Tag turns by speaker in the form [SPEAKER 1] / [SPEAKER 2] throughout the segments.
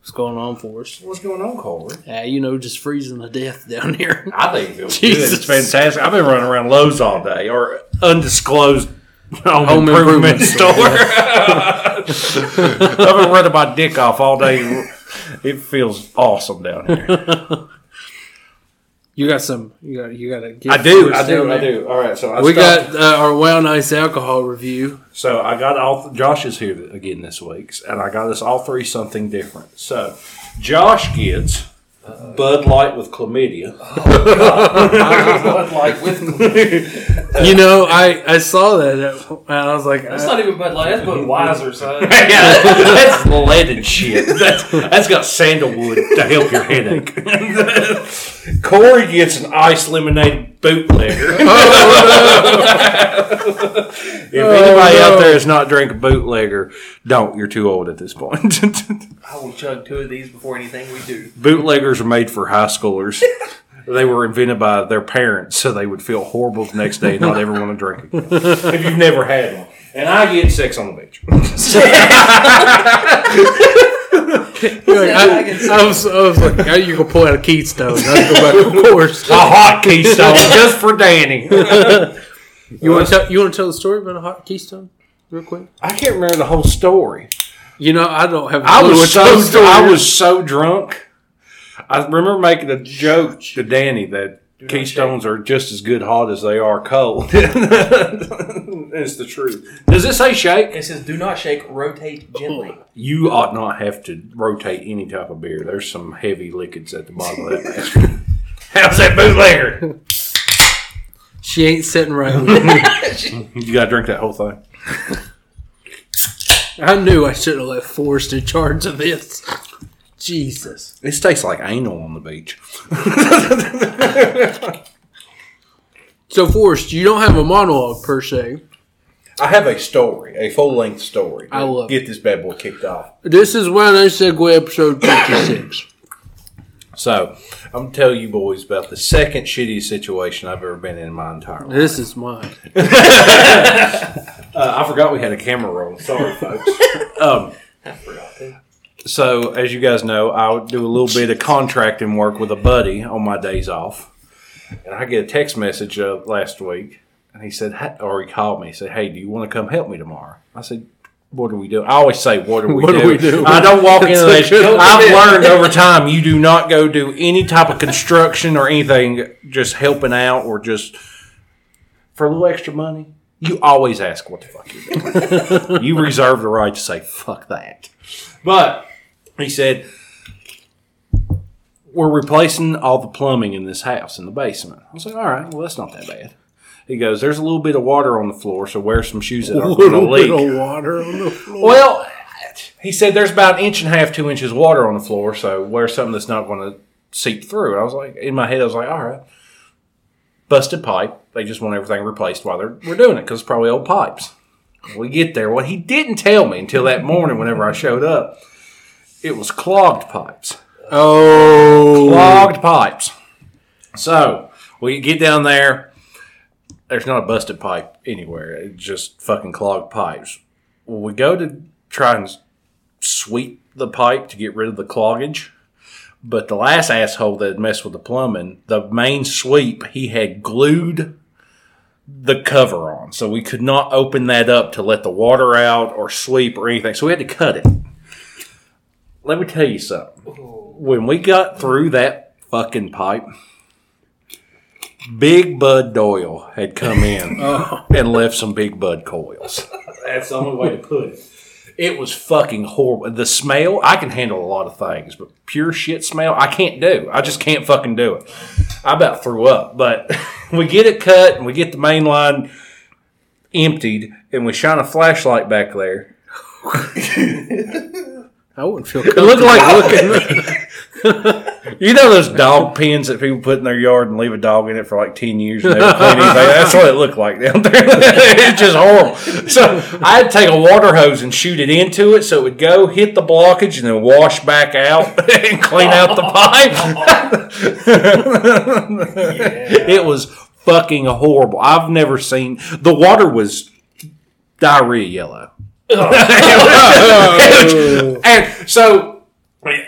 [SPEAKER 1] What's going on for us?
[SPEAKER 2] What's going on, Corey?
[SPEAKER 1] Uh, you know, just freezing to death down here.
[SPEAKER 2] I think it feels
[SPEAKER 1] Jesus.
[SPEAKER 2] good. It's fantastic. I've been running around Lowe's all day or undisclosed home,
[SPEAKER 1] Home
[SPEAKER 2] improvement,
[SPEAKER 1] improvement
[SPEAKER 2] store. I've been running my dick off all day. It feels awesome down here.
[SPEAKER 1] You got some. You got. You got a gift
[SPEAKER 2] I do.
[SPEAKER 1] for us
[SPEAKER 2] I do.
[SPEAKER 1] down
[SPEAKER 2] I
[SPEAKER 1] there.
[SPEAKER 2] do. All right. So I
[SPEAKER 1] We
[SPEAKER 2] stopped-
[SPEAKER 1] got uh, our Wow Nice alcohol review.
[SPEAKER 2] So I got all. Josh is here again this week, and I got us all three something different. So Josh gets Bud Light with chlamydia.
[SPEAKER 3] Bud Light with
[SPEAKER 2] Uh,
[SPEAKER 1] You know, I I saw that uh, and I was like,
[SPEAKER 3] That's
[SPEAKER 1] I,
[SPEAKER 3] not even Bud Light. That's Budweiser, son.
[SPEAKER 2] yeah, that's leaded shit. That's, that's got sandalwood to help your headache. Corey gets an ice lemonade bootlegger. if anybody
[SPEAKER 1] no.
[SPEAKER 2] out there has not drank a bootlegger, don't. You're too old at this point.
[SPEAKER 3] I will chug two of these before anything we do.
[SPEAKER 2] Bootleggers are made for high schoolers. They were invented by their parents so they would feel horrible the next day and not ever want to drink again. if you've never had one. And I get sex on the beach.
[SPEAKER 1] like, I, I was, I was like, oh, you can pull out a keystone. I go back, of course.
[SPEAKER 2] A hot keystone just for Danny.
[SPEAKER 1] You
[SPEAKER 2] Uh,
[SPEAKER 1] want to tell you want to tell the story about a hot keystone real quick?
[SPEAKER 2] I can't remember the whole story.
[SPEAKER 1] You know, I don't have. a
[SPEAKER 2] I
[SPEAKER 1] clue
[SPEAKER 2] was
[SPEAKER 1] what
[SPEAKER 2] so
[SPEAKER 1] those stories-
[SPEAKER 2] I was so drunk. I remember making a joke to Danny that keystones are just as good hot as they are cold. it's the truth. Does it say shake?
[SPEAKER 3] It says, do not shake, rotate gently.
[SPEAKER 2] You ought not have to rotate any type of beer. There's some heavy liquids at the bottom of that. bastard. How's that bootlegger?
[SPEAKER 1] She ain't sitting right. with me.
[SPEAKER 2] You gotta drink that whole thing.
[SPEAKER 1] I knew I should have left Forrest in charge of this. Jesus.
[SPEAKER 2] This tastes like anal on the beach.
[SPEAKER 1] So Forrest, you don't have a monologue per se.
[SPEAKER 2] I have a story, a full length story.
[SPEAKER 1] I love
[SPEAKER 2] get this bad boy kicked off.
[SPEAKER 1] This is when I segue episode fifty six.
[SPEAKER 2] So I'm gonna tell you boys about the second shittiest situation I've ever been in in my entire life.
[SPEAKER 1] this is mine.
[SPEAKER 2] Uh, I forgot we had a camera roll. Sorry, folks. um,
[SPEAKER 3] I forgot to.
[SPEAKER 2] so as you guys know, I do a little bit of contracting work with a buddy on my days off, and I get a text message uh, last week, and he said, "Hey," or he called me, said, "Hey, do you want to come help me tomorrow?" I said. What do we do? I always say, "What do we
[SPEAKER 1] What
[SPEAKER 2] do?"
[SPEAKER 1] do we do?
[SPEAKER 2] I don't walk into
[SPEAKER 1] It's a
[SPEAKER 2] that.
[SPEAKER 1] good
[SPEAKER 2] I've
[SPEAKER 1] idea.
[SPEAKER 2] learned over time, you do not go do any type of construction or anything, just helping out or just for a little extra money. You always ask what the fuck you're doing you reserve the right to say fuck that. But he said we're replacing all the plumbing in this house in the basement. I said, all right, well that's not that bad. He goes, there's a little bit of water on the floor, so wear some shoes that aren't going to
[SPEAKER 1] Little
[SPEAKER 2] leak.
[SPEAKER 1] bit of water on the floor.
[SPEAKER 2] Well, he said there's about an inch and a half, two inches of water on the floor, so wear something that's not going to seep through. I was like, in my head, I was like, all right, busted pipe. They just want everything replaced while they're we're doing it because it's probably old pipes. We get there. What he didn't tell me until that morning, whenever I showed up, it was clogged pipes
[SPEAKER 1] Oh,
[SPEAKER 2] clogged pipes. So we get down there. There's not a busted pipe anywhere. It's just fucking clogged pipes. We go to try and sweep the pipe to get rid of the cloggage. But the last asshole that had messed with the plumbing, the main sweep, he had glued the cover on. So we could not open that up to let the water out or sweep or anything. So we had to cut it. Let me tell you something when we got through that fucking pipe, Big Bud Doyle had come in and left some Big Bud coils. That's the only way to put it. It was fucking horrible. The smell, I can handle a lot of things, but pure shit smell, I can't do. I just can't fucking do it. I about threw up, but we get it cut and we get the main line emptied and we shine a flashlight back there
[SPEAKER 1] I wouldn't feel
[SPEAKER 2] It
[SPEAKER 1] comfortable.
[SPEAKER 2] looked like looking. you know those dog pens that people put in their yard and leave a dog in it for like ten years and never clean anything. That's what it looked like down there. it's just horrible. So I had to take a water hose and shoot it into it so it would go hit the blockage and then wash back out and clean out the pipe. It was fucking horrible. I've never seen the water was diarrhea yellow. and so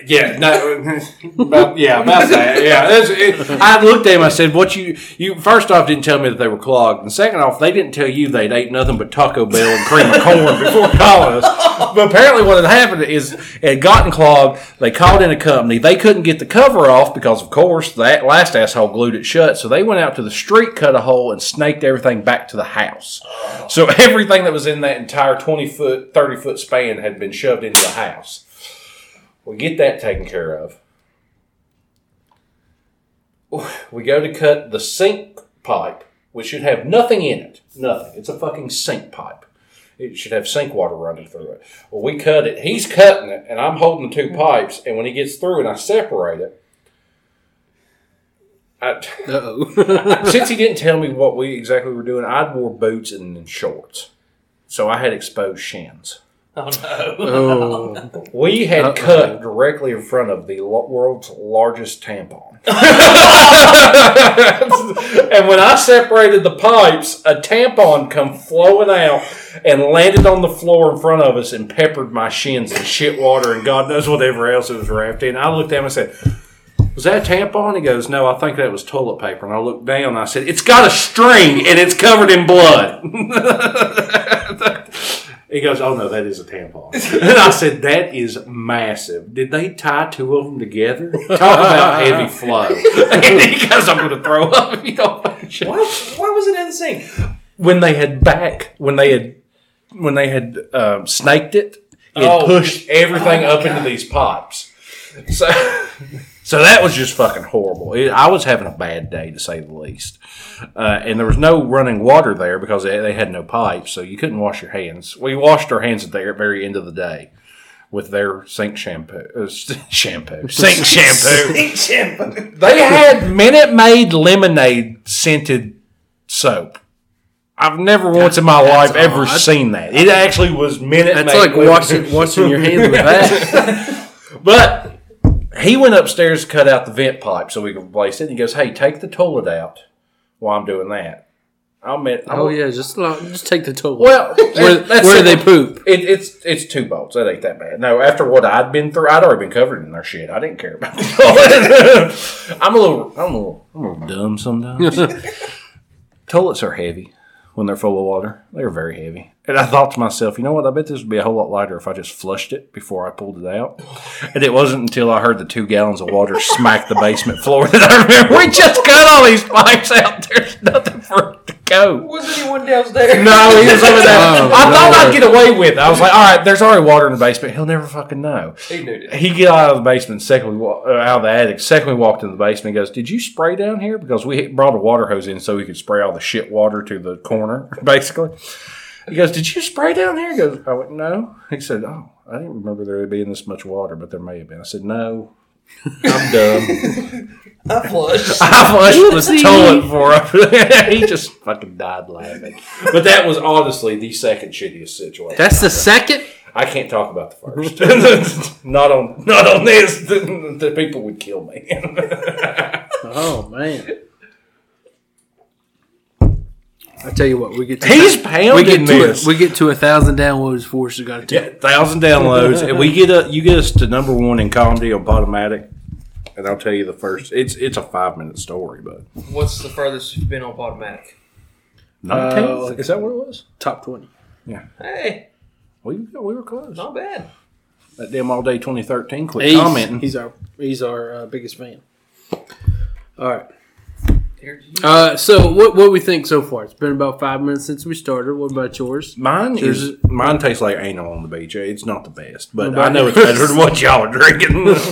[SPEAKER 2] Yeah, no, about, yeah, about that. Yeah, That's- it- I looked at him. I said, "What you you first off didn't tell me that they were clogged, and second off, they didn't tell you they'd ate nothing but Taco Bell and cream of corn before calling us." But apparently, what had happened is it had gotten clogged. They called in a company. They couldn't get the cover off because, of course, that last asshole glued it shut. So they went out to the street, cut a hole, and snaked everything back to the house. So everything that was in that entire twenty foot, thirty foot span had been shoved into the house. We get that taken care of. We go to cut the sink pipe, which should have nothing in it. Nothing. It's a fucking sink pipe. It should have sink water running through it. Well, we cut it. He's cutting it, and I'm holding the two pipes. And when he gets through and I separate it, I,
[SPEAKER 1] Uh-oh.
[SPEAKER 2] since he didn't tell me what we exactly were doing, I wore boots and then shorts. So I had exposed shins.
[SPEAKER 3] Oh no.
[SPEAKER 1] oh.
[SPEAKER 2] We had
[SPEAKER 1] Uh-oh.
[SPEAKER 2] cut directly in front of the lo- world's largest tampon. and when I separated the pipes, a tampon come flowing out and landed on the floor in front of us and peppered my shins and shit water and God knows whatever else it was wrapped in. I looked at him and said, was that a tampon? He goes, No, I think that was toilet paper. And I looked down and I said, It's got a string and it's covered in blood. he goes, Oh, no, that is a tampon. and I said, That is massive. Did they tie two of them together? Talk about heavy flow. and he goes, I'm going to throw up if you don't finish it."
[SPEAKER 3] What? Why was it in the sink?
[SPEAKER 2] When they had back, when they had, when they had um, snaked it, it
[SPEAKER 3] Oh.
[SPEAKER 2] pushed everything up into these pipes. So, so that was just fucking horrible. It, I was having a bad day to say the least, uh, and there was no running water there because they, they had no pipes, so you couldn't wash your hands. We washed our hands at the very end of the day with their sink shampoo, uh, shampoo, sink shampoo.
[SPEAKER 3] Pink shampoo.
[SPEAKER 2] They had Minute Maid lemonade scented soap. I've never once in my life ever
[SPEAKER 1] odd.
[SPEAKER 2] seen that. It actually was Minute
[SPEAKER 1] That's
[SPEAKER 2] Maid
[SPEAKER 1] like
[SPEAKER 2] lemonade.
[SPEAKER 1] washing, washing your hands with that.
[SPEAKER 2] But he went upstairs to cut out the vent pipe so we could replace it. And he goes, "Hey, take the toilet out while I'm doing that." I mean,
[SPEAKER 1] Oh, yeah. Just lo- just take the toilet.
[SPEAKER 2] Well,
[SPEAKER 1] where,
[SPEAKER 2] that's
[SPEAKER 1] where
[SPEAKER 2] it.
[SPEAKER 1] they poop.
[SPEAKER 2] It, it's it's two bolts. That ain't that bad. No, after what I'd been through, I'd already been covered in their shit. I didn't care about the toilet. I'm a little, I'm a little, I'm a little dumb sometimes. Toilets are heavy when they're full of water. They're very heavy. And I thought to myself, you know what? I bet this would be a whole lot lighter if I just flushed it before I pulled it out. And it wasn't until I heard the two gallons of water smack the basement floor that I remember we just cut all these pipes out. There's nothing for it to go.
[SPEAKER 3] Was anyone downstairs?
[SPEAKER 2] No, he was over there.
[SPEAKER 1] Oh,
[SPEAKER 2] I thought I'd
[SPEAKER 1] Lord.
[SPEAKER 2] get away with it. I was like, all right, there's already water in the basement. He'll never fucking know.
[SPEAKER 3] He knew it.
[SPEAKER 2] He get out of the basement. Second, we wa- uh, out of the attic. Second, we walked in the basement. He goes, "Did you spray down here?" Because we had- brought a water hose in so we could spray all the shit water to the corner, basically. He goes, "Did you spray down here?" He goes, "I went no." He said, "Oh, I didn't remember there being this much water, but there may have been." I said, "No." I'm dumb.
[SPEAKER 3] I flushed.
[SPEAKER 2] I flushed the
[SPEAKER 1] Oopsie.
[SPEAKER 2] toilet for him. he just fucking died laughing. But that was honestly the second shittiest situation.
[SPEAKER 1] That's the second.
[SPEAKER 2] I can't talk about the first. not on not on this. The, the people would kill me.
[SPEAKER 1] Oh man. I tell you what, we get to
[SPEAKER 2] He's pounding
[SPEAKER 1] we get to
[SPEAKER 2] this.
[SPEAKER 1] a, we get to a thousand downloads for us. We got to
[SPEAKER 2] Yeah, thousand downloads, and we get a you get us to number one in comedy on Podomatic. And I'll tell you the first. It's it's a five minute story, but
[SPEAKER 3] What's the furthest you've been on automatic?
[SPEAKER 2] nineteen.
[SPEAKER 1] like-
[SPEAKER 2] Uh, is that what it was?
[SPEAKER 1] top twenty.
[SPEAKER 3] Hey,
[SPEAKER 2] We we were close.
[SPEAKER 3] not bad.
[SPEAKER 2] That damn all day twenty thirteen. Quit
[SPEAKER 1] He's,
[SPEAKER 2] commenting.
[SPEAKER 1] he's our he's our uh, biggest fan. All right.
[SPEAKER 3] Here, you-
[SPEAKER 1] Uh, so what what we think so far? It's been about five minutes since we started. What about yours?
[SPEAKER 2] Mine
[SPEAKER 1] There's
[SPEAKER 2] is mine tastes like anal on the beach. It's not the best, but
[SPEAKER 1] Nobody-
[SPEAKER 2] I know it's better than what y'all are drinking.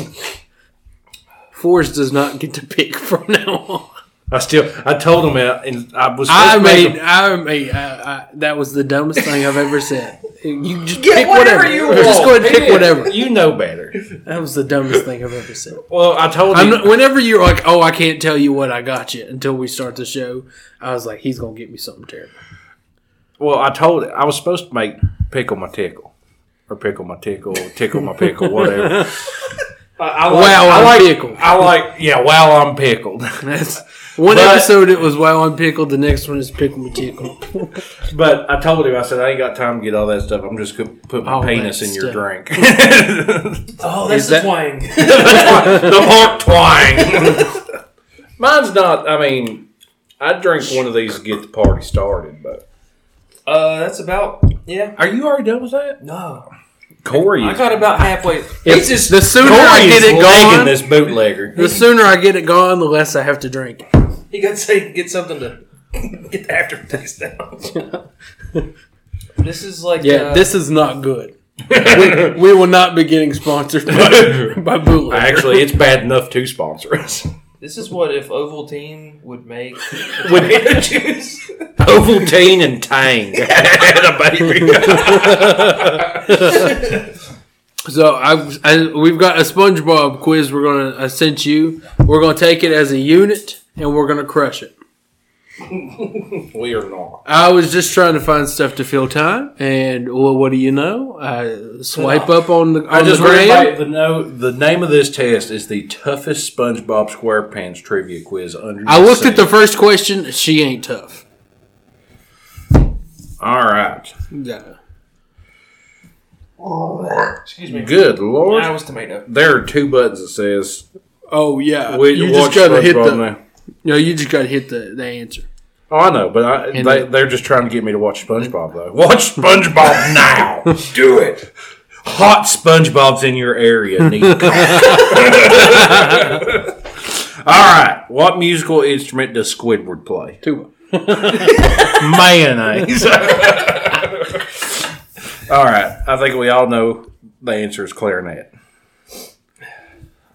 [SPEAKER 1] Forrest does not get to pick from now on.
[SPEAKER 2] I still I told him that, and I was supposed
[SPEAKER 1] I
[SPEAKER 2] to make
[SPEAKER 1] made,
[SPEAKER 2] him-
[SPEAKER 1] I made, I, I, that was the dumbest thing I've ever said. You just
[SPEAKER 3] Get
[SPEAKER 1] pick
[SPEAKER 3] whatever
[SPEAKER 1] whatever.
[SPEAKER 3] you
[SPEAKER 1] Just
[SPEAKER 3] want.
[SPEAKER 1] go ahead and pick
[SPEAKER 2] Yeah,
[SPEAKER 1] whatever.
[SPEAKER 2] You know better.
[SPEAKER 1] That was the dumbest thing I've ever said.
[SPEAKER 2] Well, I told
[SPEAKER 1] I'm
[SPEAKER 2] him.
[SPEAKER 1] not, whenever you're like, oh, I can't tell you what I got you until we start the show, I was like, he's gonna get me something terrible.
[SPEAKER 2] well, I told I was supposed to make pickle my tickle, or pickle my tickle, tickle my pickle, whatever. I, I like,
[SPEAKER 1] Wow,
[SPEAKER 2] I
[SPEAKER 1] I'm
[SPEAKER 2] like,
[SPEAKER 1] pickled.
[SPEAKER 2] I like, yeah. Wow, I'm pickled.
[SPEAKER 1] That's One
[SPEAKER 2] But-
[SPEAKER 1] episode it was wow I'm pickled. The next one is pickle me tickle.
[SPEAKER 2] But I told him, I said, I ain't got time to get all that stuff. I'm just going to put my
[SPEAKER 1] All that
[SPEAKER 2] penis in your
[SPEAKER 1] stuff.
[SPEAKER 2] drink.
[SPEAKER 3] Oh,
[SPEAKER 1] Is
[SPEAKER 3] that's
[SPEAKER 1] that-
[SPEAKER 3] the twang.
[SPEAKER 2] the pork twang. Mine's not, I mean, I drink one of these to get the party started, but.
[SPEAKER 3] uh, that's about yeah.
[SPEAKER 2] Are you already done with that?
[SPEAKER 3] No,
[SPEAKER 2] Corey.
[SPEAKER 3] I
[SPEAKER 2] is-
[SPEAKER 3] got about halfway.
[SPEAKER 1] It's
[SPEAKER 3] It's just
[SPEAKER 1] the sooner
[SPEAKER 2] Corey
[SPEAKER 1] I
[SPEAKER 2] is
[SPEAKER 1] get it
[SPEAKER 2] legging
[SPEAKER 1] gone,
[SPEAKER 2] this bootlegger.
[SPEAKER 1] the sooner I get it gone, the less I have to drink.
[SPEAKER 3] you gotta say get something to get the aftertaste down. this is like
[SPEAKER 1] Yeah,
[SPEAKER 3] uh,
[SPEAKER 1] this is not good. We, we will not be getting sponsored by, by Bootleg.
[SPEAKER 2] Actually, it's bad enough to sponsor us.
[SPEAKER 3] This is what if Ovaltine would make
[SPEAKER 2] Would-
[SPEAKER 3] tomato juice.
[SPEAKER 2] Ovaltine and Tang had a baby.
[SPEAKER 1] So I, I we've got a SpongeBob quiz. We're gonna I sent you. We're gonna take it as a unit and we're gonna crush it.
[SPEAKER 2] we are not.
[SPEAKER 1] I was just trying to find stuff to fill time, and well, what do you know? I swipe up on the on
[SPEAKER 2] I just
[SPEAKER 1] the gram.
[SPEAKER 2] read the no. The name of this test is the toughest SpongeBob SquarePants trivia quiz under.
[SPEAKER 1] I looked at the first question. She ain't tough.
[SPEAKER 2] All right.
[SPEAKER 1] Yeah.
[SPEAKER 3] Excuse me.
[SPEAKER 2] Good lord.
[SPEAKER 3] I was tomato.
[SPEAKER 2] there are two buttons that says
[SPEAKER 1] Oh yeah.
[SPEAKER 2] we
[SPEAKER 1] you just
[SPEAKER 2] watch
[SPEAKER 1] gotta hit
[SPEAKER 2] SpongeBob
[SPEAKER 1] the.
[SPEAKER 2] now.
[SPEAKER 1] No, you just gotta hit the, the answer.
[SPEAKER 2] Oh, I know, but I,
[SPEAKER 1] And
[SPEAKER 2] they,
[SPEAKER 1] the-
[SPEAKER 2] they're just trying to get me to watch SpongeBob though. Watch SpongeBob now.
[SPEAKER 3] Do it.
[SPEAKER 2] Hot SpongeBob's in your area. Need All right. What musical instrument does Squidward play?
[SPEAKER 1] Tuba.
[SPEAKER 2] Mayonnaise. all right. I think we all know the answer is clarinet.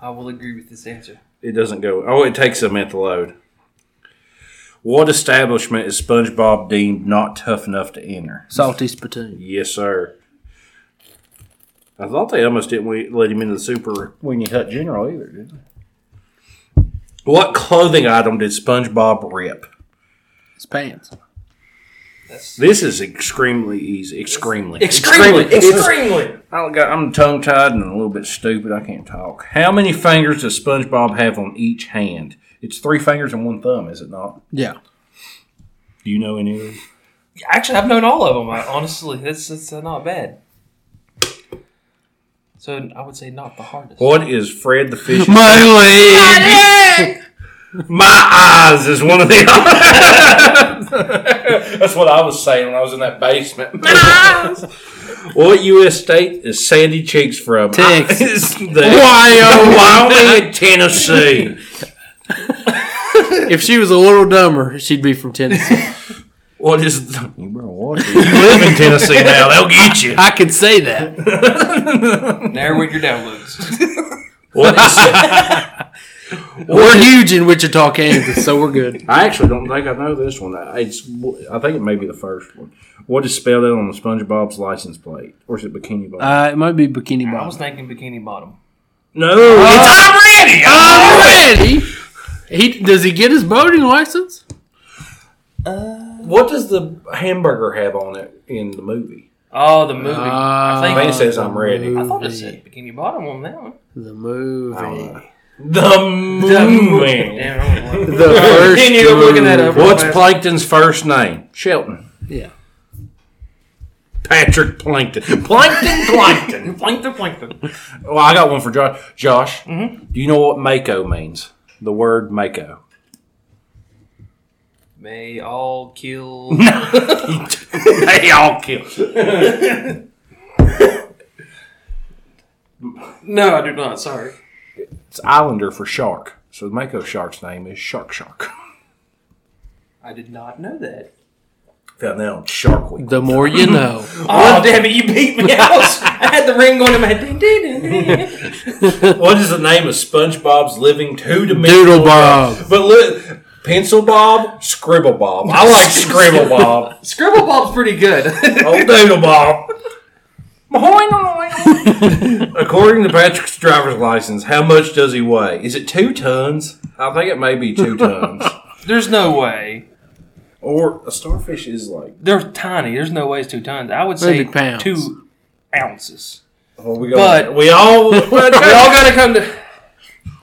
[SPEAKER 3] I will agree with this answer.
[SPEAKER 2] It doesn't go. Oh, it takes a minute to load. What establishment is SpongeBob deemed not tough enough to enter?
[SPEAKER 1] Salty spittoon.
[SPEAKER 2] Yes, sir. I thought they almost didn't we- let him into the Super Weenie Hut General either, did they? What clothing item did SpongeBob rip?
[SPEAKER 1] It's pants.
[SPEAKER 3] That's
[SPEAKER 2] This is extremely easy. Extremely.
[SPEAKER 3] extremely,
[SPEAKER 2] It's-
[SPEAKER 3] extremely.
[SPEAKER 2] I got, I'm tongue tied and a little bit stupid. I can't talk. How many fingers does SpongeBob have on each hand? It's three fingers and one thumb, is it not?
[SPEAKER 1] Yeah.
[SPEAKER 2] Do you know any of them?
[SPEAKER 3] Actually, I've known all of them. I, honestly, that's that's uh, not bad. So I would say not the hardest.
[SPEAKER 2] What is Fred the Fish?
[SPEAKER 1] My leg.
[SPEAKER 2] My eyes is one of the. That's what I was saying when I was in that basement. what U.S. state is Sandy Cheeks from?
[SPEAKER 1] Texas.
[SPEAKER 2] The-
[SPEAKER 1] Why, oh,
[SPEAKER 2] Wyoming and Tennessee.
[SPEAKER 1] If she was a little dumber, she'd be from Tennessee.
[SPEAKER 2] What is? You better watch it. You live in Tennessee now. They'll get you.
[SPEAKER 1] I could say that.
[SPEAKER 3] Narrowing your downloads.
[SPEAKER 2] What is,
[SPEAKER 1] We're huge in Wichita, Kansas, so we're good.
[SPEAKER 2] I actually don't think I know this one. I- It's, I think it may be the first one. What is spelled out on the SpongeBob's license plate, or is it Bikini Bottom?
[SPEAKER 1] Uh, it might be Bikini
[SPEAKER 3] I was
[SPEAKER 1] Bottom.
[SPEAKER 3] thinking bikini bottom.
[SPEAKER 2] no, Oh, Uh, it's already.
[SPEAKER 1] Already? He, does he get his boating license?
[SPEAKER 2] What does the hamburger have on it in the movie?
[SPEAKER 3] Oh, the movie.
[SPEAKER 1] Ah.
[SPEAKER 3] I
[SPEAKER 2] I mean, it
[SPEAKER 3] think.
[SPEAKER 2] says I'm ready.
[SPEAKER 3] I thought it said bikini bottom on that one.
[SPEAKER 1] The
[SPEAKER 2] don't know.
[SPEAKER 1] movie.
[SPEAKER 2] The movie.
[SPEAKER 3] Damn, I don't know.
[SPEAKER 1] The first
[SPEAKER 3] Continue looking that up.
[SPEAKER 1] movie.
[SPEAKER 2] What's Plankton's first name? Shelton.
[SPEAKER 1] Yeah.
[SPEAKER 2] Patrick Plankton. Plankton Plankton.
[SPEAKER 3] plankton, plankton.
[SPEAKER 2] well, I got one for Josh. Josh, do you know what Mako means? The word Mako.
[SPEAKER 3] May all kill.
[SPEAKER 2] they all kill.
[SPEAKER 3] no, I do not. Sorry.
[SPEAKER 2] It's Islander for shark. So the Mako shark's name is Shark Shark.
[SPEAKER 3] I did not know that.
[SPEAKER 2] Found that on Shark Week.
[SPEAKER 1] The more you know.
[SPEAKER 3] Oh, damn it! You beat me out. I had the ring going in my head. Ding, ding, ding, ding.
[SPEAKER 2] What is the name of SpongeBob's living two-dimensional?
[SPEAKER 1] Doodle Bob.
[SPEAKER 2] But look, Pencil Bob, Scribble Bob. I like Scribble Bob.
[SPEAKER 3] Scribble Bob's pretty good.
[SPEAKER 2] Old Oh, Doodle Bob. According to Patrick's driver's license, how much does he weigh? Is it two tons? I think it may be two tons.
[SPEAKER 3] There's no way.
[SPEAKER 2] or a starfish is like.
[SPEAKER 3] They're tiny. There's no way it's two tons. I would say
[SPEAKER 1] Maybe pounds.
[SPEAKER 3] two ounces.
[SPEAKER 2] Well, oh, we
[SPEAKER 3] But-
[SPEAKER 2] we all we all
[SPEAKER 3] We all gotta come to.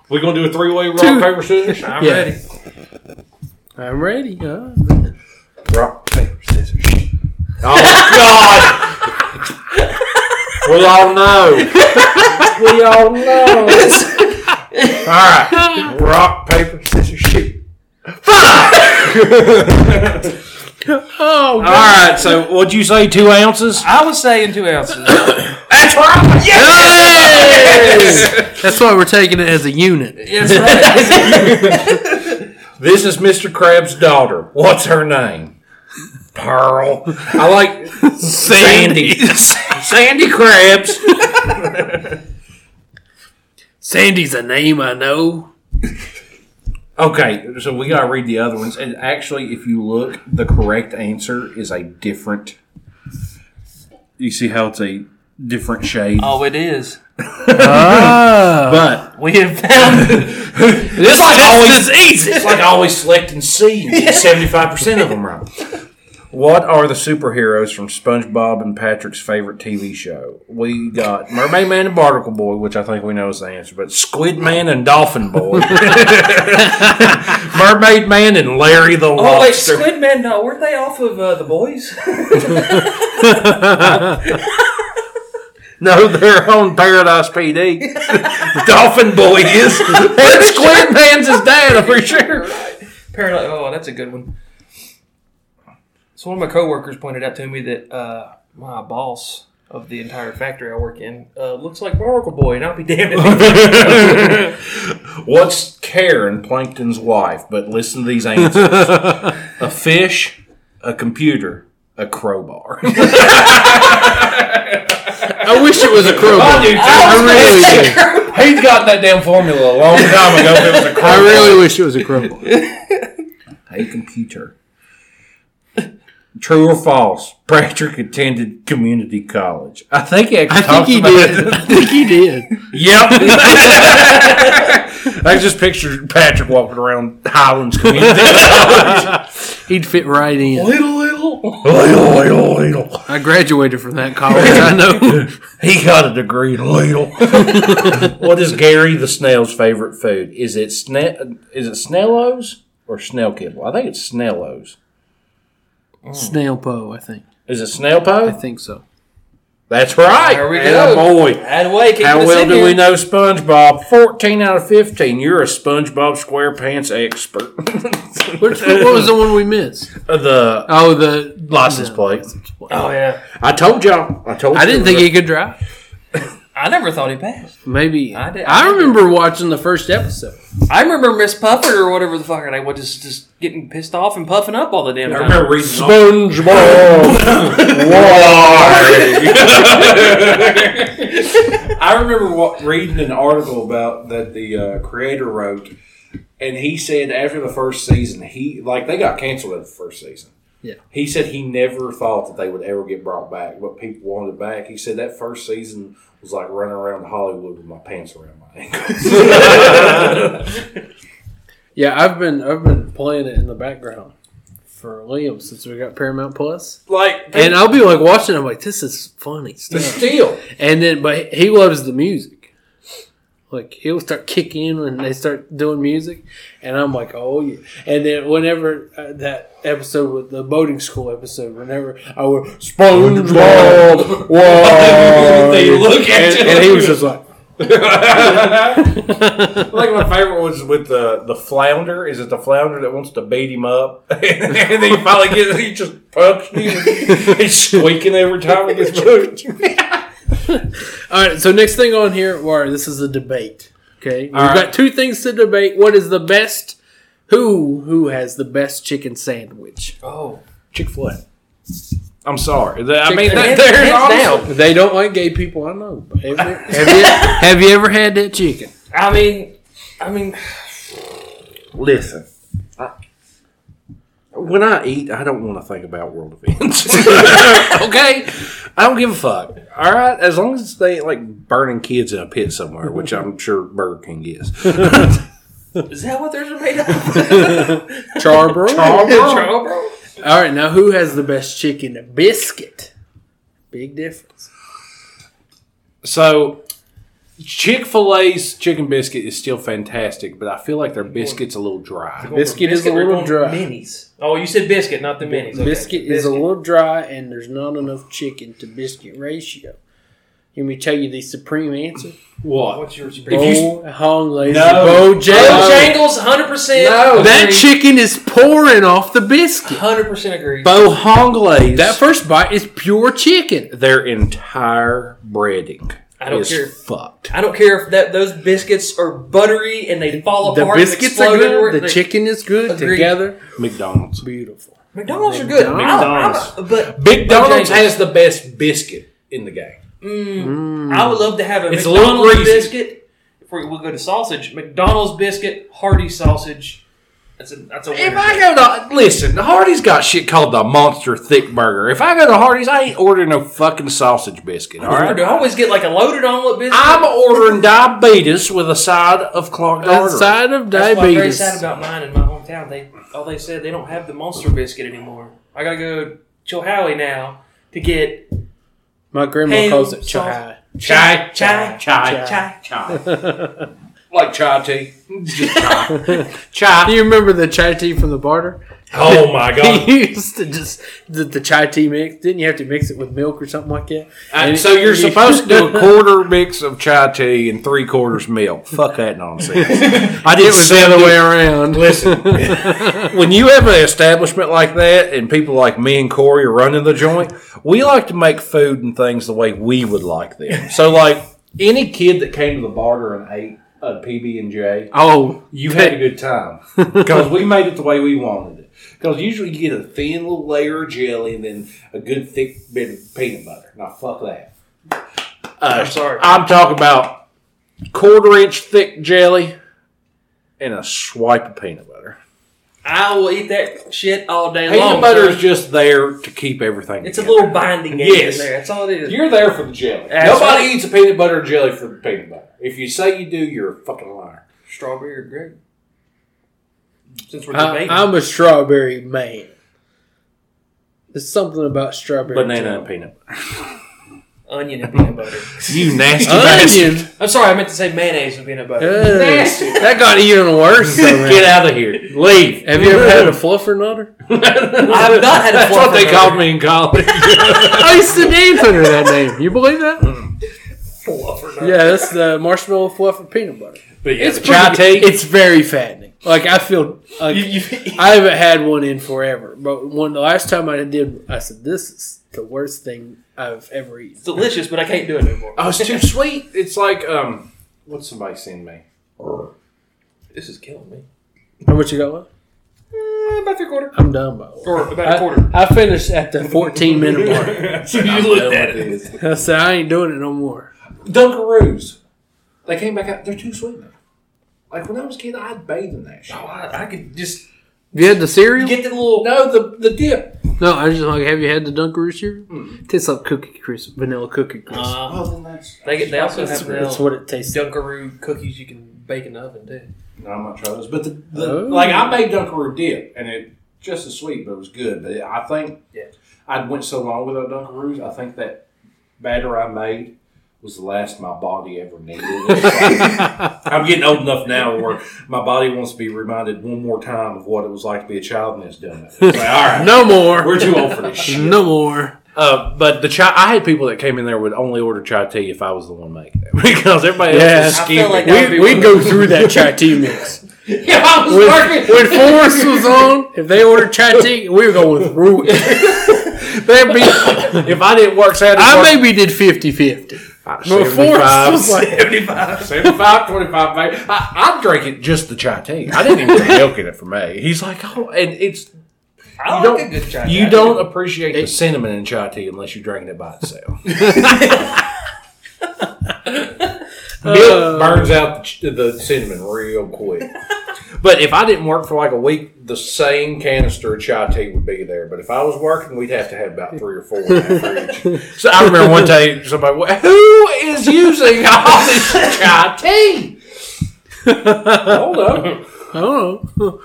[SPEAKER 2] We're gonna do a three way rock
[SPEAKER 1] Two.
[SPEAKER 2] paper scissors. I'm
[SPEAKER 1] Yeah.
[SPEAKER 2] ready.
[SPEAKER 1] I'm ready. huh?
[SPEAKER 2] Rock paper scissors. Oh God! we all know. we all know. all right. Rock paper scissors shoot. Fuck!
[SPEAKER 1] Oh,
[SPEAKER 2] all right. So what'd you say? Two ounces.
[SPEAKER 3] I was saying two ounces.
[SPEAKER 2] That's right.
[SPEAKER 1] Yes! that's why we're taking it as a unit.
[SPEAKER 3] That's right.
[SPEAKER 2] This is Mr. Crab's daughter. What's her name? Pearl. I like Sandy. Sandy Crabs.
[SPEAKER 1] Sandy's a name I know.
[SPEAKER 2] Okay, so we gotta read the other ones. And actually, if you look, the correct answer is a different. You see how it's a different shade,
[SPEAKER 3] oh, it is.
[SPEAKER 2] Oh.
[SPEAKER 1] Ah,
[SPEAKER 2] but
[SPEAKER 3] We have found.
[SPEAKER 1] this
[SPEAKER 2] like always-
[SPEAKER 1] is easy.
[SPEAKER 2] it's like I always selecting C and seventy-five percent of them right. What are the superheroes from SpongeBob and Patrick's favorite TV show? We got Mermaid Man and Barnacle Boy, which I think we know is the answer, but Squid Man and Dolphin Boy, Mermaid Man and Larry the
[SPEAKER 3] Oh, wait,
[SPEAKER 2] Lobster.
[SPEAKER 3] Squid Man, no, weren't they off of uh, the boys?
[SPEAKER 2] No, they're on Paradise PD. Dolphin Boy is. and Squid Man's his dad, I'm pretty sure.
[SPEAKER 3] Paranoid. Oh, that's a good one. So one of my coworkers pointed out to me that uh, my boss of the entire factory I work in uh, looks like Barnacle Boy, and I'll be damned. If he-
[SPEAKER 2] What's Karen Plankton's wife? But listen to these answers a fish, a computer, a crowbar.
[SPEAKER 1] I wish it was a crowbar. I really do.
[SPEAKER 2] He's gotten that damn formula a long time ago. It was a
[SPEAKER 1] I
[SPEAKER 2] crowbar.
[SPEAKER 1] really wish it was a crowbar.
[SPEAKER 2] a computer. True or false? Patrick attended community college. I think he actually
[SPEAKER 1] I think
[SPEAKER 2] talked
[SPEAKER 1] he
[SPEAKER 2] about
[SPEAKER 1] did. I think he did.
[SPEAKER 2] Yep. I just pictured Patrick walking around Highlands Community.
[SPEAKER 1] He'd fit right in.
[SPEAKER 3] little little.
[SPEAKER 2] Ladle, ladle, ladle.
[SPEAKER 1] I graduated from that college. I know.
[SPEAKER 2] He got a degree in ladle. what is Gary the snail's favorite food? Is it sna- is it Snellos or Snell Kibble? I think it's Snellos.
[SPEAKER 1] Snail Poe, I think.
[SPEAKER 2] Is it Snell
[SPEAKER 1] I
[SPEAKER 2] Pie?
[SPEAKER 1] think so.
[SPEAKER 2] That's right.
[SPEAKER 3] There we
[SPEAKER 2] Yeah,
[SPEAKER 3] go.
[SPEAKER 2] boy.
[SPEAKER 3] Had away.
[SPEAKER 2] How well do we know SpongeBob? 14 out of 15. You're a SpongeBob SquarePants expert.
[SPEAKER 1] Which, what was the one we missed?
[SPEAKER 2] the
[SPEAKER 1] Oh, the
[SPEAKER 2] license plate.
[SPEAKER 3] Oh yeah.
[SPEAKER 2] I told y'all. I told.
[SPEAKER 1] I didn't
[SPEAKER 2] you.
[SPEAKER 1] think he could drive.
[SPEAKER 3] I never thought he passed.
[SPEAKER 1] Maybe I,
[SPEAKER 3] I did-
[SPEAKER 1] remember watching the first episode.
[SPEAKER 3] I remember Miss Puffert or whatever the fuck her name was just just getting pissed off and puffing up all the damn
[SPEAKER 2] I
[SPEAKER 3] time.
[SPEAKER 2] remember reading SpongeBob. I remember wa- reading an article about that the uh, creator wrote, and he said after the first season, he like they got canceled after the first season.
[SPEAKER 1] Yeah.
[SPEAKER 2] He said he never thought that they would ever get brought back, but people wanted it back. He said that first season was like running around Hollywood with my pants around my ankles.
[SPEAKER 1] Yeah, I've been I've been playing it in the background for Liam since we got Paramount Plus,
[SPEAKER 2] like,
[SPEAKER 1] and I'll be like watching. it, I'm like, this is funny
[SPEAKER 2] but
[SPEAKER 1] stuff.
[SPEAKER 2] still,
[SPEAKER 1] And then, but he loves the music. Like he'll start kicking in when they start doing music, and I'm like, oh yeah. And then whenever uh, that episode with the boating school episode, whenever I would SpongeBob, why?
[SPEAKER 2] They look
[SPEAKER 1] and,
[SPEAKER 2] at you.
[SPEAKER 1] and he was just like,
[SPEAKER 2] I think my favorite was with the the flounder. Is it the flounder that wants to beat him up, and then he finally gets he just punches him. He's squeaking every time he gets moved.
[SPEAKER 1] all right. So next thing on here, War, this is a debate. Okay, we've
[SPEAKER 2] right.
[SPEAKER 1] got two things to debate. What is the best? Who who has the best chicken sandwich?
[SPEAKER 3] Oh,
[SPEAKER 2] Chick Fil A. I'm sorry. That- I mean,
[SPEAKER 3] Chick-fil-A.
[SPEAKER 2] that, there's
[SPEAKER 3] Hands
[SPEAKER 2] honestly-
[SPEAKER 1] They don't like gay people. I know. Have you, have you, have you ever had that chicken?
[SPEAKER 3] I mean, I mean,
[SPEAKER 2] Listen. I- When I eat, I don't want to think about world events. okay, I don't give a fuck. All right, as long as they ain't like burning kids in a pit somewhere, which I'm sure Burger King is.
[SPEAKER 3] is that what theirs are made of?
[SPEAKER 1] Charbroiled.
[SPEAKER 3] Charbroiled?
[SPEAKER 1] All right, now who has the best chicken biscuit? Big difference.
[SPEAKER 2] So Chick Fil A's chicken biscuit is still fantastic, but I feel like their biscuit's a little dry.
[SPEAKER 1] Biscuit is a
[SPEAKER 3] We're
[SPEAKER 1] little
[SPEAKER 3] going
[SPEAKER 1] dry.
[SPEAKER 3] Minis. Oh, you said biscuit, not the minis. Okay.
[SPEAKER 1] Biscuit is a little dry, and there's not enough chicken to biscuit ratio. Let me tell you the supreme answer.
[SPEAKER 2] What?
[SPEAKER 3] What's yours?
[SPEAKER 2] If you-
[SPEAKER 1] Bo Hong Lazy
[SPEAKER 2] No.
[SPEAKER 1] Bojangles.
[SPEAKER 3] Bojangles, hundred percent.
[SPEAKER 2] No.
[SPEAKER 1] That chicken is pouring off the biscuit.
[SPEAKER 3] hundred percent agree.
[SPEAKER 2] Bohongles.
[SPEAKER 1] That first bite is pure chicken.
[SPEAKER 2] their entire breading
[SPEAKER 3] I don't
[SPEAKER 2] is
[SPEAKER 3] care.
[SPEAKER 2] fucked.
[SPEAKER 3] I don't care if that those biscuits are buttery and they fall
[SPEAKER 1] The
[SPEAKER 3] apart. and
[SPEAKER 1] biscuits
[SPEAKER 3] explode
[SPEAKER 1] are
[SPEAKER 3] everywhere.
[SPEAKER 1] good. The
[SPEAKER 3] They-
[SPEAKER 1] chicken is good
[SPEAKER 3] Agreed.
[SPEAKER 1] together.
[SPEAKER 2] McDonald's.
[SPEAKER 1] Beautiful.
[SPEAKER 3] McDonald's are good.
[SPEAKER 2] McDonald's.
[SPEAKER 3] I don't- I don't- but
[SPEAKER 2] McDonald's
[SPEAKER 3] Bojangles.
[SPEAKER 2] has the best biscuit in the game.
[SPEAKER 3] I would love to have a
[SPEAKER 2] It's a little
[SPEAKER 3] McDonald's
[SPEAKER 2] greasy.
[SPEAKER 3] biscuit. If we, we'll go to sausage, McDonald's biscuit, hearty sausage. That's a that's a
[SPEAKER 2] If
[SPEAKER 3] winner.
[SPEAKER 2] I go to listen, Hardy's got shit called the monster thick burger. If I go to Hardy's, I ain't ordering no fucking sausage biscuit. All
[SPEAKER 3] Or do
[SPEAKER 2] right,
[SPEAKER 3] I always get like a loaded omelet biscuit?
[SPEAKER 2] I'm ordering diabetes with a side of clogged artery.
[SPEAKER 1] Outside of
[SPEAKER 3] That's why I'm very
[SPEAKER 1] diabetes,
[SPEAKER 3] sad about mine in my hometown. They all they said they don't have the monster biscuit anymore. I gotta go Chilhowee now to get
[SPEAKER 1] my grandma
[SPEAKER 3] Ham,
[SPEAKER 1] calls it
[SPEAKER 3] sauce.
[SPEAKER 1] chai.
[SPEAKER 2] Chai,
[SPEAKER 3] Chai,
[SPEAKER 2] chai,
[SPEAKER 3] chai.
[SPEAKER 2] chai. like chai tea. Just chai.
[SPEAKER 1] Do
[SPEAKER 2] chai.
[SPEAKER 1] you remember the chai tea from the barter? Uh-huh.
[SPEAKER 2] Oh my god.
[SPEAKER 1] He used to just the, the chai tea mix. Didn't you have to mix it with milk or something like that?
[SPEAKER 2] And so you're supposed to do a quarter mix of chai tea and three quarters milk. Fuck that nonsense. I did
[SPEAKER 1] It was the other way around.
[SPEAKER 2] Listen, when you have an establishment like that and people like me and Corey are running the joint, we like to make food and things the way we would like them. So, like any kid that came to the barter and ate a PB and J,
[SPEAKER 1] Oh,
[SPEAKER 2] you had a good time because we made it the way we wanted it. Because usually you get a thin little layer of jelly and then a good thick bit of peanut butter. Now, fuck that.
[SPEAKER 3] I'm sorry.
[SPEAKER 2] Uh, I'm talking about quarter inch thick jelly and a swipe of peanut butter.
[SPEAKER 3] I will eat that shit all day
[SPEAKER 2] Peanut
[SPEAKER 3] long.
[SPEAKER 2] butter
[SPEAKER 3] sir.
[SPEAKER 2] is just there to keep everything.
[SPEAKER 3] It's a
[SPEAKER 2] together.
[SPEAKER 3] little binding agent
[SPEAKER 2] Yes.
[SPEAKER 3] in there. That's all it is.
[SPEAKER 2] You're there for the jelly.
[SPEAKER 3] That's
[SPEAKER 2] Nobody
[SPEAKER 3] right.
[SPEAKER 2] eats a peanut butter and jelly for the peanut butter. If you say you do, you're a fucking liar.
[SPEAKER 3] Strawberry or grape? Since we're
[SPEAKER 1] I,
[SPEAKER 3] debating.
[SPEAKER 1] I'm a strawberry man. There's something about strawberry.
[SPEAKER 2] Banana and
[SPEAKER 1] jam.
[SPEAKER 2] peanut butter.
[SPEAKER 3] onion and peanut butter.
[SPEAKER 2] You nasty
[SPEAKER 1] Onion.
[SPEAKER 3] I'm sorry, I meant to say mayonnaise and peanut butter.
[SPEAKER 1] Ugh.
[SPEAKER 2] Nasty.
[SPEAKER 1] that got even worse. though, man.
[SPEAKER 2] Get out of here. Leave.
[SPEAKER 1] Have you ever had a fluffer nutter?
[SPEAKER 2] I
[SPEAKER 3] have not had a
[SPEAKER 2] That's what they
[SPEAKER 3] fluffer
[SPEAKER 2] called me in college.
[SPEAKER 1] I used to dance under that name. You believe that?
[SPEAKER 3] Fluffer nut.
[SPEAKER 1] Yeah, that's the marshmallow fluffer peanut butter.
[SPEAKER 2] but yeah,
[SPEAKER 1] It's
[SPEAKER 2] the chai
[SPEAKER 1] pretty-
[SPEAKER 2] tea.
[SPEAKER 1] It's very fattening. Like I feel like
[SPEAKER 3] You- you-
[SPEAKER 1] I haven't had one in forever. But when the last time I did, I said this is the worst thing I've ever eaten.
[SPEAKER 3] it's delicious, but I can't do it anymore.
[SPEAKER 2] Oh, it's too sweet. It's like um, what's somebody send me?
[SPEAKER 3] This is killing me.
[SPEAKER 1] How much you got left?
[SPEAKER 3] Eh, about three quarter.
[SPEAKER 1] I'm done by the way.
[SPEAKER 3] Or about a quarter.
[SPEAKER 1] I, I finished at the 14 minute mark.
[SPEAKER 3] so you
[SPEAKER 2] I know
[SPEAKER 3] looked at it.
[SPEAKER 2] is.
[SPEAKER 1] I said I ain't doing it no more.
[SPEAKER 2] Dunkaroos. They came back out. They're too sweet now. Like when I was a kid, I'd bathe in that shit.
[SPEAKER 3] Oh, I, I could just
[SPEAKER 1] You had the cereal?
[SPEAKER 3] get the little.
[SPEAKER 2] No, the the dip.
[SPEAKER 1] No, I was just like, have you had the Dunkaroo cereal?
[SPEAKER 3] Hmm.
[SPEAKER 1] Tastes like cookie crisp, vanilla cookie crisp.
[SPEAKER 3] Uh,
[SPEAKER 2] Oh, then that's.
[SPEAKER 3] they, get, they also have
[SPEAKER 1] that's
[SPEAKER 3] the
[SPEAKER 1] what it tastes. like.
[SPEAKER 3] Dunkaroo cookies you can bake in the oven too.
[SPEAKER 2] No, I'm not trying this, but the, the
[SPEAKER 1] Oh.
[SPEAKER 2] like I made Dunkaroo dip, and it just as sweet, but it was good. But I think
[SPEAKER 3] Yeah.
[SPEAKER 2] I went so long without Dunkaroos. I think that batter I made was the last my body ever needed. It's like- I'm getting old enough now where my body wants to be reminded one more time of what it was like to be a child and it's done. It's like, all right,
[SPEAKER 1] No more.
[SPEAKER 2] we're too old for this shit.
[SPEAKER 1] no more.
[SPEAKER 2] Uh, but the chai, I had people that came in there would only order chai tea if I was the one making it because everybody
[SPEAKER 1] Yeah.
[SPEAKER 2] else was
[SPEAKER 3] I feel
[SPEAKER 2] skipping.
[SPEAKER 3] like that would
[SPEAKER 1] We,
[SPEAKER 3] be
[SPEAKER 1] we
[SPEAKER 3] one-
[SPEAKER 1] go through that chai tea mix.
[SPEAKER 3] Yeah, I was
[SPEAKER 1] When,
[SPEAKER 3] working.
[SPEAKER 1] when Forrest was on, if they ordered chai tea, we were going through it.
[SPEAKER 2] There'd be if I didn't work Saturday.
[SPEAKER 1] I maybe did 50 50. But Forrest was like,
[SPEAKER 3] 75.
[SPEAKER 2] 75, 25, maybe. I, I'd drink it just the chai tea. I didn't even put milk in it for me. He's like, oh, and it's
[SPEAKER 3] I
[SPEAKER 2] you
[SPEAKER 3] like a
[SPEAKER 2] don't-
[SPEAKER 3] good chai.
[SPEAKER 2] you
[SPEAKER 3] tea.
[SPEAKER 2] don't appreciate the cinnamon in chai tea unless you're drinking it by itself. milk burns out the, ch- the cinnamon real quick. But if I didn't work for like a week, the same canister of chai tea would be there. But if I was working, we'd have to have about three or four. in that fridge. so I remember one day somebody, went, who is using all this chai tea? Hold up.
[SPEAKER 1] I don't know.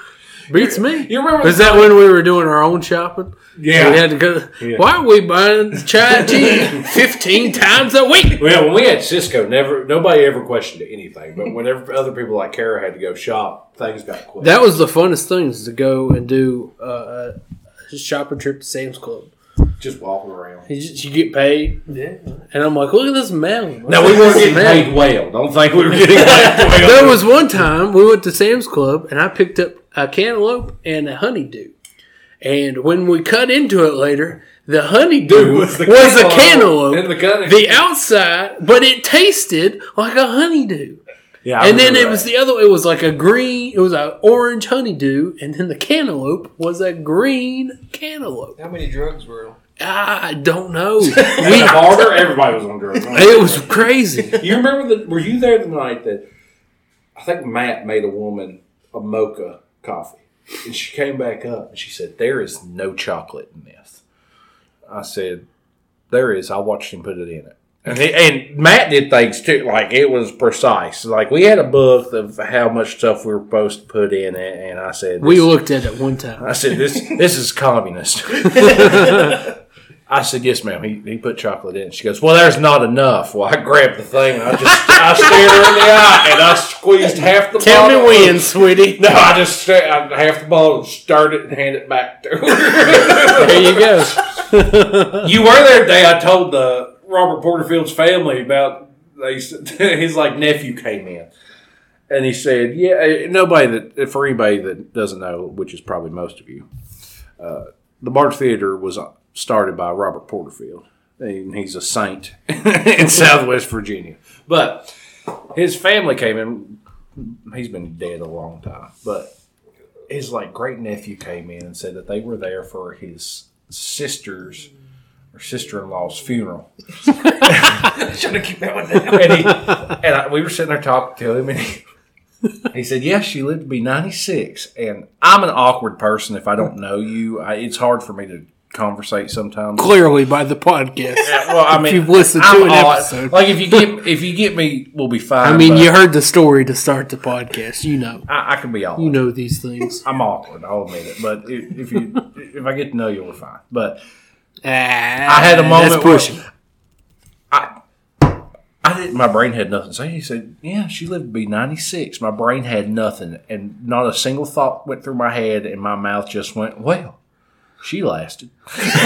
[SPEAKER 1] Beats me.
[SPEAKER 3] You remember
[SPEAKER 1] Was that when we were doing our own shopping?
[SPEAKER 2] Yeah.
[SPEAKER 1] We had to go.
[SPEAKER 2] Yeah.
[SPEAKER 1] Why are we buying chai tea fifteen times a week?
[SPEAKER 2] Well, when we had Cisco, never nobody ever questioned anything. But whenever other people like Kara had to go shop, things got quick.
[SPEAKER 1] That was the funnest things to go and do uh, a shopping trip to Sam's Club.
[SPEAKER 2] just walking around.
[SPEAKER 1] You, just, you get paid,
[SPEAKER 3] Yeah.
[SPEAKER 1] and I'm like, look at this mountain.
[SPEAKER 2] No, we weren't getting paid well. Don't think we were getting paid well.
[SPEAKER 1] There was one time we went to Sam's Club, and I picked up a cantaloupe and a honeydew. And when we cut into it later, the honeydew was,
[SPEAKER 2] the
[SPEAKER 1] a cantaloupe.
[SPEAKER 2] in the cutting.
[SPEAKER 1] the outside, but it tasted like a honeydew.
[SPEAKER 2] yeah,
[SPEAKER 1] And then it was the other. It was like a green. It was an orange honeydew, and then the cantaloupe was a green cantaloupe.
[SPEAKER 3] How many drugs were?
[SPEAKER 1] I don't know.
[SPEAKER 2] we
[SPEAKER 1] We,
[SPEAKER 2] barber. Everybody was on drugs.
[SPEAKER 1] it was crazy.
[SPEAKER 2] You remember the? Were you there the night that I think Matt made a woman a mocha coffee, and she came back up and she said, "There is no chocolate in this." I said, "There is." I watched him put it in it. And, he, and Matt did things too, like it was precise. Like we had a book of how much stuff we were supposed to put in it, and I said,
[SPEAKER 1] We
[SPEAKER 2] "This-
[SPEAKER 1] looked at it one time.
[SPEAKER 2] I said, "This this is communist." I said, "Yes, ma'am." He, he put chocolate in. She goes, "Well, there's not enough." Well, I grabbed the thing and I just I stared her in the eye and I squeezed half the.
[SPEAKER 1] Tell me
[SPEAKER 2] bottle.
[SPEAKER 1] when, sweetie.
[SPEAKER 2] No, I just sta- I, half the bottle and stirred it and handed it back to her.
[SPEAKER 1] There you go.
[SPEAKER 2] you were there today. I told the Robert Porterfield's family about they, s- his like nephew came in. And he said, "Yeah, eh, nobody that for anybody that doesn't know, which is probably most of you, uh, the Barge Theater was uh, started by Robert Porterfield, and he's a saint in Southwest Virginia. But his family came in. He's been dead a long time, but his like great nephew came in and said that they were there for his sister's or sister-in-law's funeral,
[SPEAKER 3] Trying to keep that one down.
[SPEAKER 2] and, he, and I, we were sitting there talking to him, and he, he said, "Yes, she lived to be 96." And I'm an awkward person if I don't know you. I, it's hard for me to conversate sometimes.
[SPEAKER 1] Clearly, by the podcast.
[SPEAKER 2] Yeah, well, I mean,
[SPEAKER 1] you've listened to
[SPEAKER 2] I'm
[SPEAKER 1] an
[SPEAKER 2] all-
[SPEAKER 1] episode.
[SPEAKER 2] Like if you get if you get me, we'll be fine.
[SPEAKER 1] I mean,
[SPEAKER 2] but
[SPEAKER 1] you heard the story to start the podcast. You know.
[SPEAKER 2] I, I can be awkward.
[SPEAKER 1] You know these things.
[SPEAKER 2] I'm awkward. I'll admit it. But if, if you if I get to know you, we're fine. But
[SPEAKER 1] I
[SPEAKER 2] had a moment
[SPEAKER 1] Ah, That's
[SPEAKER 2] where-
[SPEAKER 1] pushing.
[SPEAKER 2] I didn't. My brain had nothing. So he said, "Yeah, she lived to be 96." My brain had nothing, and not a single thought went through my head, and my mouth just went, "Well, she lasted." he looked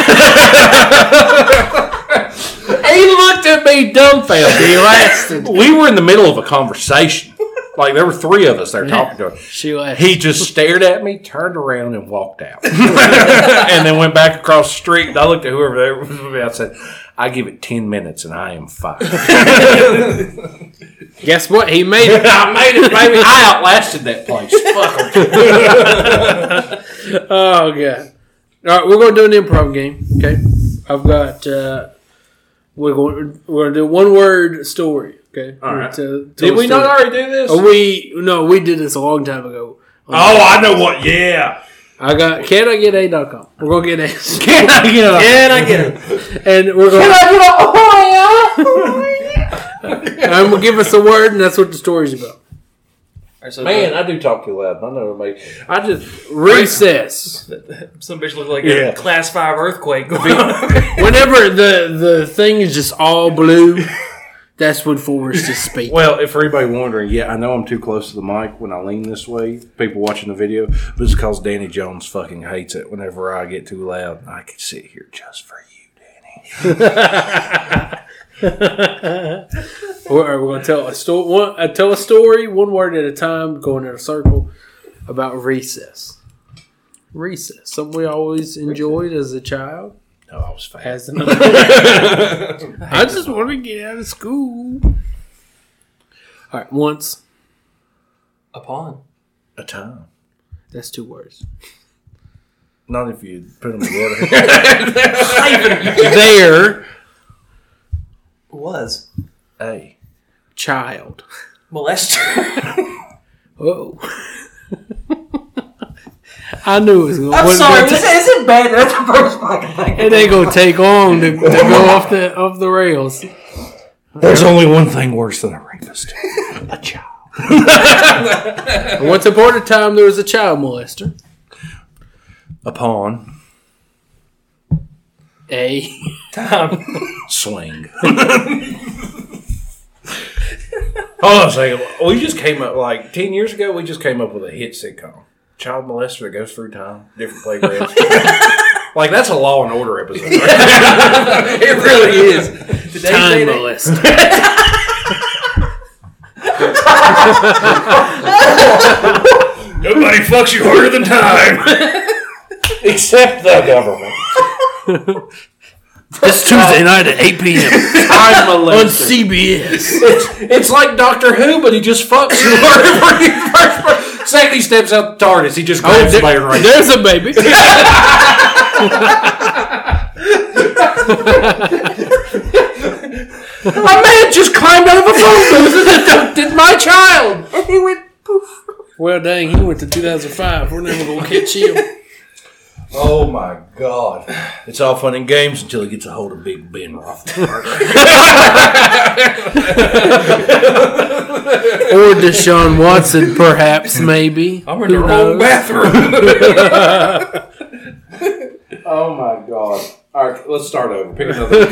[SPEAKER 2] at me dumbfounded. He lasted. We were in the middle of a conversation. Like there were three of us there talking to her.
[SPEAKER 1] She laughed.
[SPEAKER 2] He just stared at me, turned around, and walked out. and then went back across the street. And I looked at whoever there was with me. I said, I give it 10 minutes and I am fine.
[SPEAKER 1] Guess what? He made it.
[SPEAKER 2] I made it, baby. I outlasted that place. Fuck 'em.
[SPEAKER 1] Oh god! All right, we're going to do an improv game. Okay, I've got. Uh, we're going. We're going to do one word story. Okay.
[SPEAKER 2] All right.
[SPEAKER 1] To- to
[SPEAKER 2] Did
[SPEAKER 1] a
[SPEAKER 2] we not
[SPEAKER 1] story.
[SPEAKER 2] already do this?
[SPEAKER 1] Oh, we no, we did this a long time ago.
[SPEAKER 2] Oh, I know what. Yeah.
[SPEAKER 1] I got. Can I get a dot com? We're gonna get a.
[SPEAKER 2] Can I get a.
[SPEAKER 1] Can I get it? And we're gonna.
[SPEAKER 2] oh,
[SPEAKER 1] I'm gonna give us a word, and that's what the story's about.
[SPEAKER 3] All right, so
[SPEAKER 2] Man, I do talk too loud. I know, mate. I just.
[SPEAKER 1] Recess.
[SPEAKER 3] some bitch looked like
[SPEAKER 2] Yeah.
[SPEAKER 3] a class five earthquake. Going on.
[SPEAKER 1] Whenever the the thing is just all blue, that's when Forrest just speaks.
[SPEAKER 2] Well, if anybody wondering, yeah, I know I'm too close to the mic when I lean this way. People watching the video, but it's because Danny Jones fucking hates it whenever I get too loud. I could sit here just for you, Danny.
[SPEAKER 1] All right, we're going to tell a story. One, uh, tell a story one word at a time, going in a circle about recess. Recess, something we always enjoyed as a child.
[SPEAKER 2] No, I was fat.
[SPEAKER 1] As an I just want to get out of school. All right, once
[SPEAKER 3] a pawn.
[SPEAKER 2] A time.
[SPEAKER 1] that's two words.
[SPEAKER 2] Not if you put them together.
[SPEAKER 1] Their
[SPEAKER 3] Was
[SPEAKER 2] hey.
[SPEAKER 1] child.
[SPEAKER 3] molester.
[SPEAKER 1] Oh, I knew it was going.
[SPEAKER 3] isn't bad. That's the first fucking thing.
[SPEAKER 1] It ain't gonna take long to, to go off the off the rails.
[SPEAKER 2] There's only one thing worse than a rapist. a child.
[SPEAKER 1] Once upon a time, there was a child molester.
[SPEAKER 2] upon
[SPEAKER 1] A.
[SPEAKER 3] Time.
[SPEAKER 2] swing. Hold on a second. We just came up like ten years ago. We just came up with a hit sitcom, child molester that goes through time, different playgrounds. like that's a Law and Order episode.
[SPEAKER 3] it really is. Did they say
[SPEAKER 1] Time
[SPEAKER 3] that?
[SPEAKER 1] molester.
[SPEAKER 2] Nobody fucks you harder than time, except the government.
[SPEAKER 1] It's Tuesday night at 8 p.m.
[SPEAKER 2] Time molester.
[SPEAKER 1] CBS.
[SPEAKER 2] It's, it's like Doctor Who, but he just fucks you harder. when he first- first- Second, he steps up the TARDIS. He just
[SPEAKER 1] Oh,
[SPEAKER 2] grabs somebody and right.
[SPEAKER 1] There's a baby.
[SPEAKER 2] A man just climbed out of a phone booth and abducted my child.
[SPEAKER 1] Well, dang, he went to 2005. We're never going to catch him.
[SPEAKER 2] Oh my god. It's all fun and games until he gets a hold of Big Ben Roethlisberger.
[SPEAKER 1] Or Deshaun Watson, perhaps, maybe.
[SPEAKER 3] I'm in the
[SPEAKER 1] Who
[SPEAKER 3] wrong
[SPEAKER 1] knows?
[SPEAKER 3] bathroom.
[SPEAKER 2] oh my god. All right, let's start over. Pick another.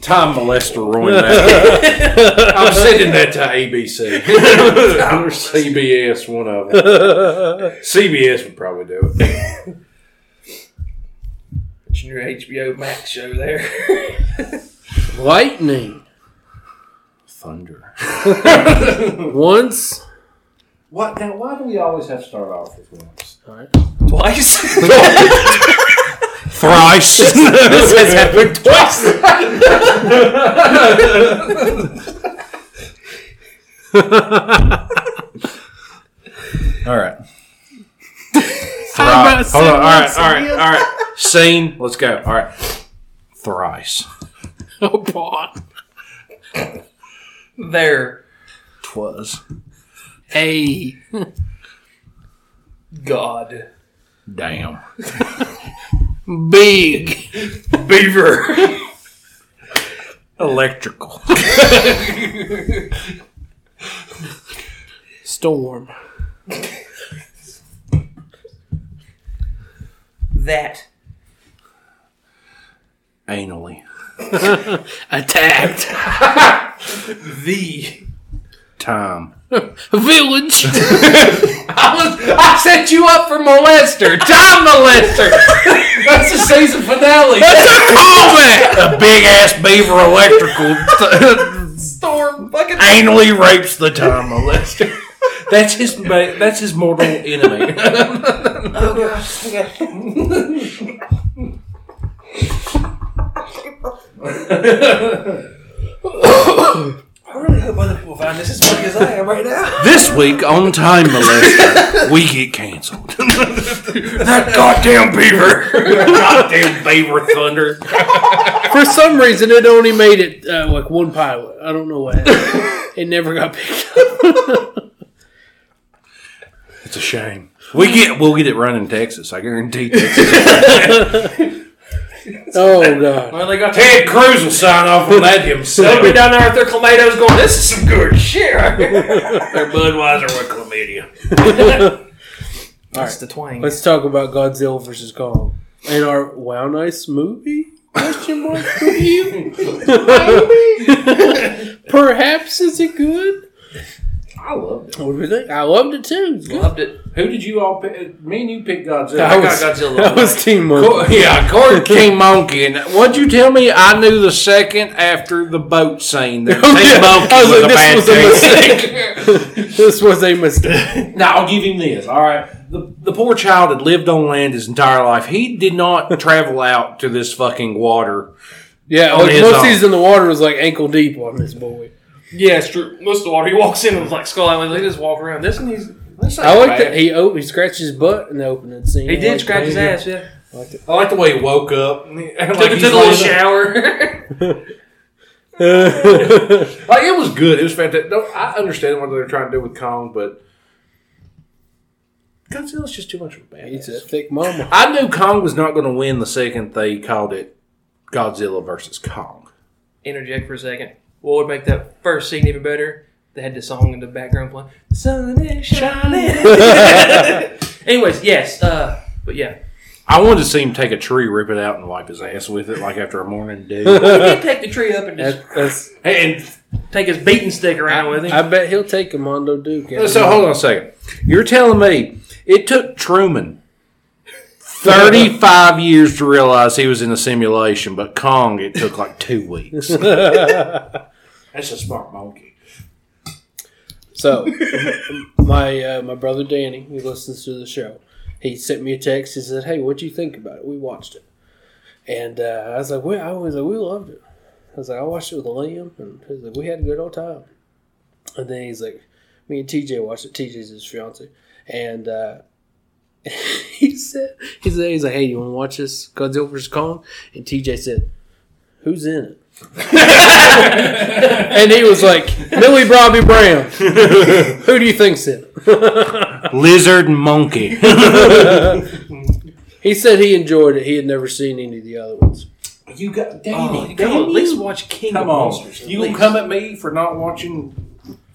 [SPEAKER 2] Time molester ruined that. I'm sending that to ABC or CBS, one of them. CBS would probably do it.
[SPEAKER 3] it's your HBO Max show there.
[SPEAKER 1] Lightning.
[SPEAKER 2] Thunder.
[SPEAKER 1] Once.
[SPEAKER 2] What? Now, why do we always have to start off with once?
[SPEAKER 3] Twice.
[SPEAKER 2] Thrice. this has happened twice. all right.
[SPEAKER 1] about
[SPEAKER 2] Thrice. Hold on. All right. All right. All right. Scene. Let's go. All right. Thrice.
[SPEAKER 1] Oh, boy.
[SPEAKER 3] there.
[SPEAKER 2] Twas.
[SPEAKER 1] Hey.
[SPEAKER 3] God.
[SPEAKER 2] Damn.
[SPEAKER 1] Big.
[SPEAKER 2] Beaver. Electrical.
[SPEAKER 1] Storm.
[SPEAKER 3] That.
[SPEAKER 2] Anally.
[SPEAKER 1] Attacked.
[SPEAKER 3] The.
[SPEAKER 2] Time.
[SPEAKER 1] Village.
[SPEAKER 2] I was I set you up for molester, Tom molester. That's the season finale. That's a callback. A big ass beaver electrical
[SPEAKER 3] Storm. Fucking.
[SPEAKER 2] anally rapes the Tom molester. That's his. ma- That's his mortal enemy.
[SPEAKER 3] Oh, gosh. I really hope other people find this as funny as I am right now.
[SPEAKER 2] this week on Time Molester, we get canceled. that goddamn beaver. goddamn beaver thunder.
[SPEAKER 1] For some reason, it only made it uh, like one pilot. I don't know why. it never got picked up.
[SPEAKER 2] It's a shame. We get. We'll get it run in Texas. I guarantee. Texas.
[SPEAKER 1] Oh, God.
[SPEAKER 3] Well, they got
[SPEAKER 2] Ted Cruz will sign off on that himself.
[SPEAKER 3] They'll be down there with their tomatoes going, this is some good shit. their Budweiser with chlamydia. That's the twang.
[SPEAKER 1] Let's talk about Godzilla versus Kong. And our Wow Nice movie? Question mark review? Perhaps is it good?
[SPEAKER 2] I loved it.
[SPEAKER 1] What do you think? I loved it too. It's good.
[SPEAKER 3] Loved it.
[SPEAKER 2] Who did you all pick? Me and you picked Godzilla.
[SPEAKER 1] I was,
[SPEAKER 3] got Godzilla.
[SPEAKER 1] that was Team Monkey.
[SPEAKER 2] Cor- yeah, Gordon King Monkey. And what'd you tell me? I knew the second after the boat scene that King
[SPEAKER 1] yeah.
[SPEAKER 2] Monkey
[SPEAKER 1] I was like, this
[SPEAKER 2] was, a bad guy.
[SPEAKER 1] was a This was a mistake.
[SPEAKER 2] Now I'll give him this. All right, the the poor child had lived on land his entire life. He did not travel out to this fucking water.
[SPEAKER 1] Yeah, like
[SPEAKER 2] his
[SPEAKER 1] most
[SPEAKER 2] own.
[SPEAKER 1] season the water was like ankle deep on this boy.
[SPEAKER 3] Yeah, it's true. Most of the water, he walks in and was like skull island. They just walk around. This and he's. This ain't
[SPEAKER 1] I like
[SPEAKER 3] bad.
[SPEAKER 1] that he op- he scratched his butt in the opening scene.
[SPEAKER 3] He
[SPEAKER 1] I
[SPEAKER 3] did
[SPEAKER 1] liked
[SPEAKER 3] scratch
[SPEAKER 1] that.
[SPEAKER 3] his ass, yeah.
[SPEAKER 2] I like the way he woke up.
[SPEAKER 3] Took
[SPEAKER 2] Like
[SPEAKER 3] him
[SPEAKER 2] he's
[SPEAKER 3] to the little
[SPEAKER 2] laying there.
[SPEAKER 3] shower.
[SPEAKER 2] Like it was good. It was fantastic. No, I understand what they're trying to do with Kong, but Godzilla's just too much of a
[SPEAKER 1] He's
[SPEAKER 2] badass.
[SPEAKER 1] a thick mama.
[SPEAKER 2] I knew Kong was not going to win the second they called it Godzilla versus Kong.
[SPEAKER 3] Interject for a second. What would make that first scene even better? They had the song in the background playing. The sun is shining. Anyways, yes. Uh, But yeah,
[SPEAKER 2] I wanted to see him take a tree, rip it out, and wipe his ass with it, like after a morning dew.
[SPEAKER 3] he did take the tree up and just
[SPEAKER 1] That, that's,
[SPEAKER 2] and
[SPEAKER 3] take his beating stick around with him.
[SPEAKER 1] I bet he'll take a Mondo Duke. out.
[SPEAKER 2] so, hold on a second. You're telling me it took Truman 35 years to realize he was in a simulation, but Kong, it took like two weeks. That's a smart monkey.
[SPEAKER 1] So, m- my uh, my brother Danny, who listens to the show, he sent me a text. He said, "Hey, what do you think about it? We watched it." And uh, I was like, "We," I was like, "We loved it." I was like, "I watched it with Liam, and he was like, we had a good old time." And then he's like, "Me and TJ watched it. TJ's his fiance," and uh, he said, "He said he's like, hey, you want to watch this Godzilla vs Kong?" And TJ said, "Who's in it?" and he was like, "Millie Bobby Brown." Who do you think's it?
[SPEAKER 2] Lizard and monkey.
[SPEAKER 1] He said he enjoyed it. He had never seen any of the other ones.
[SPEAKER 2] you got
[SPEAKER 3] Oh, you gotta at least watch King
[SPEAKER 2] Come
[SPEAKER 3] of
[SPEAKER 2] on.
[SPEAKER 3] Monsters. at
[SPEAKER 2] You gonna
[SPEAKER 3] least.
[SPEAKER 2] come at me for not watching.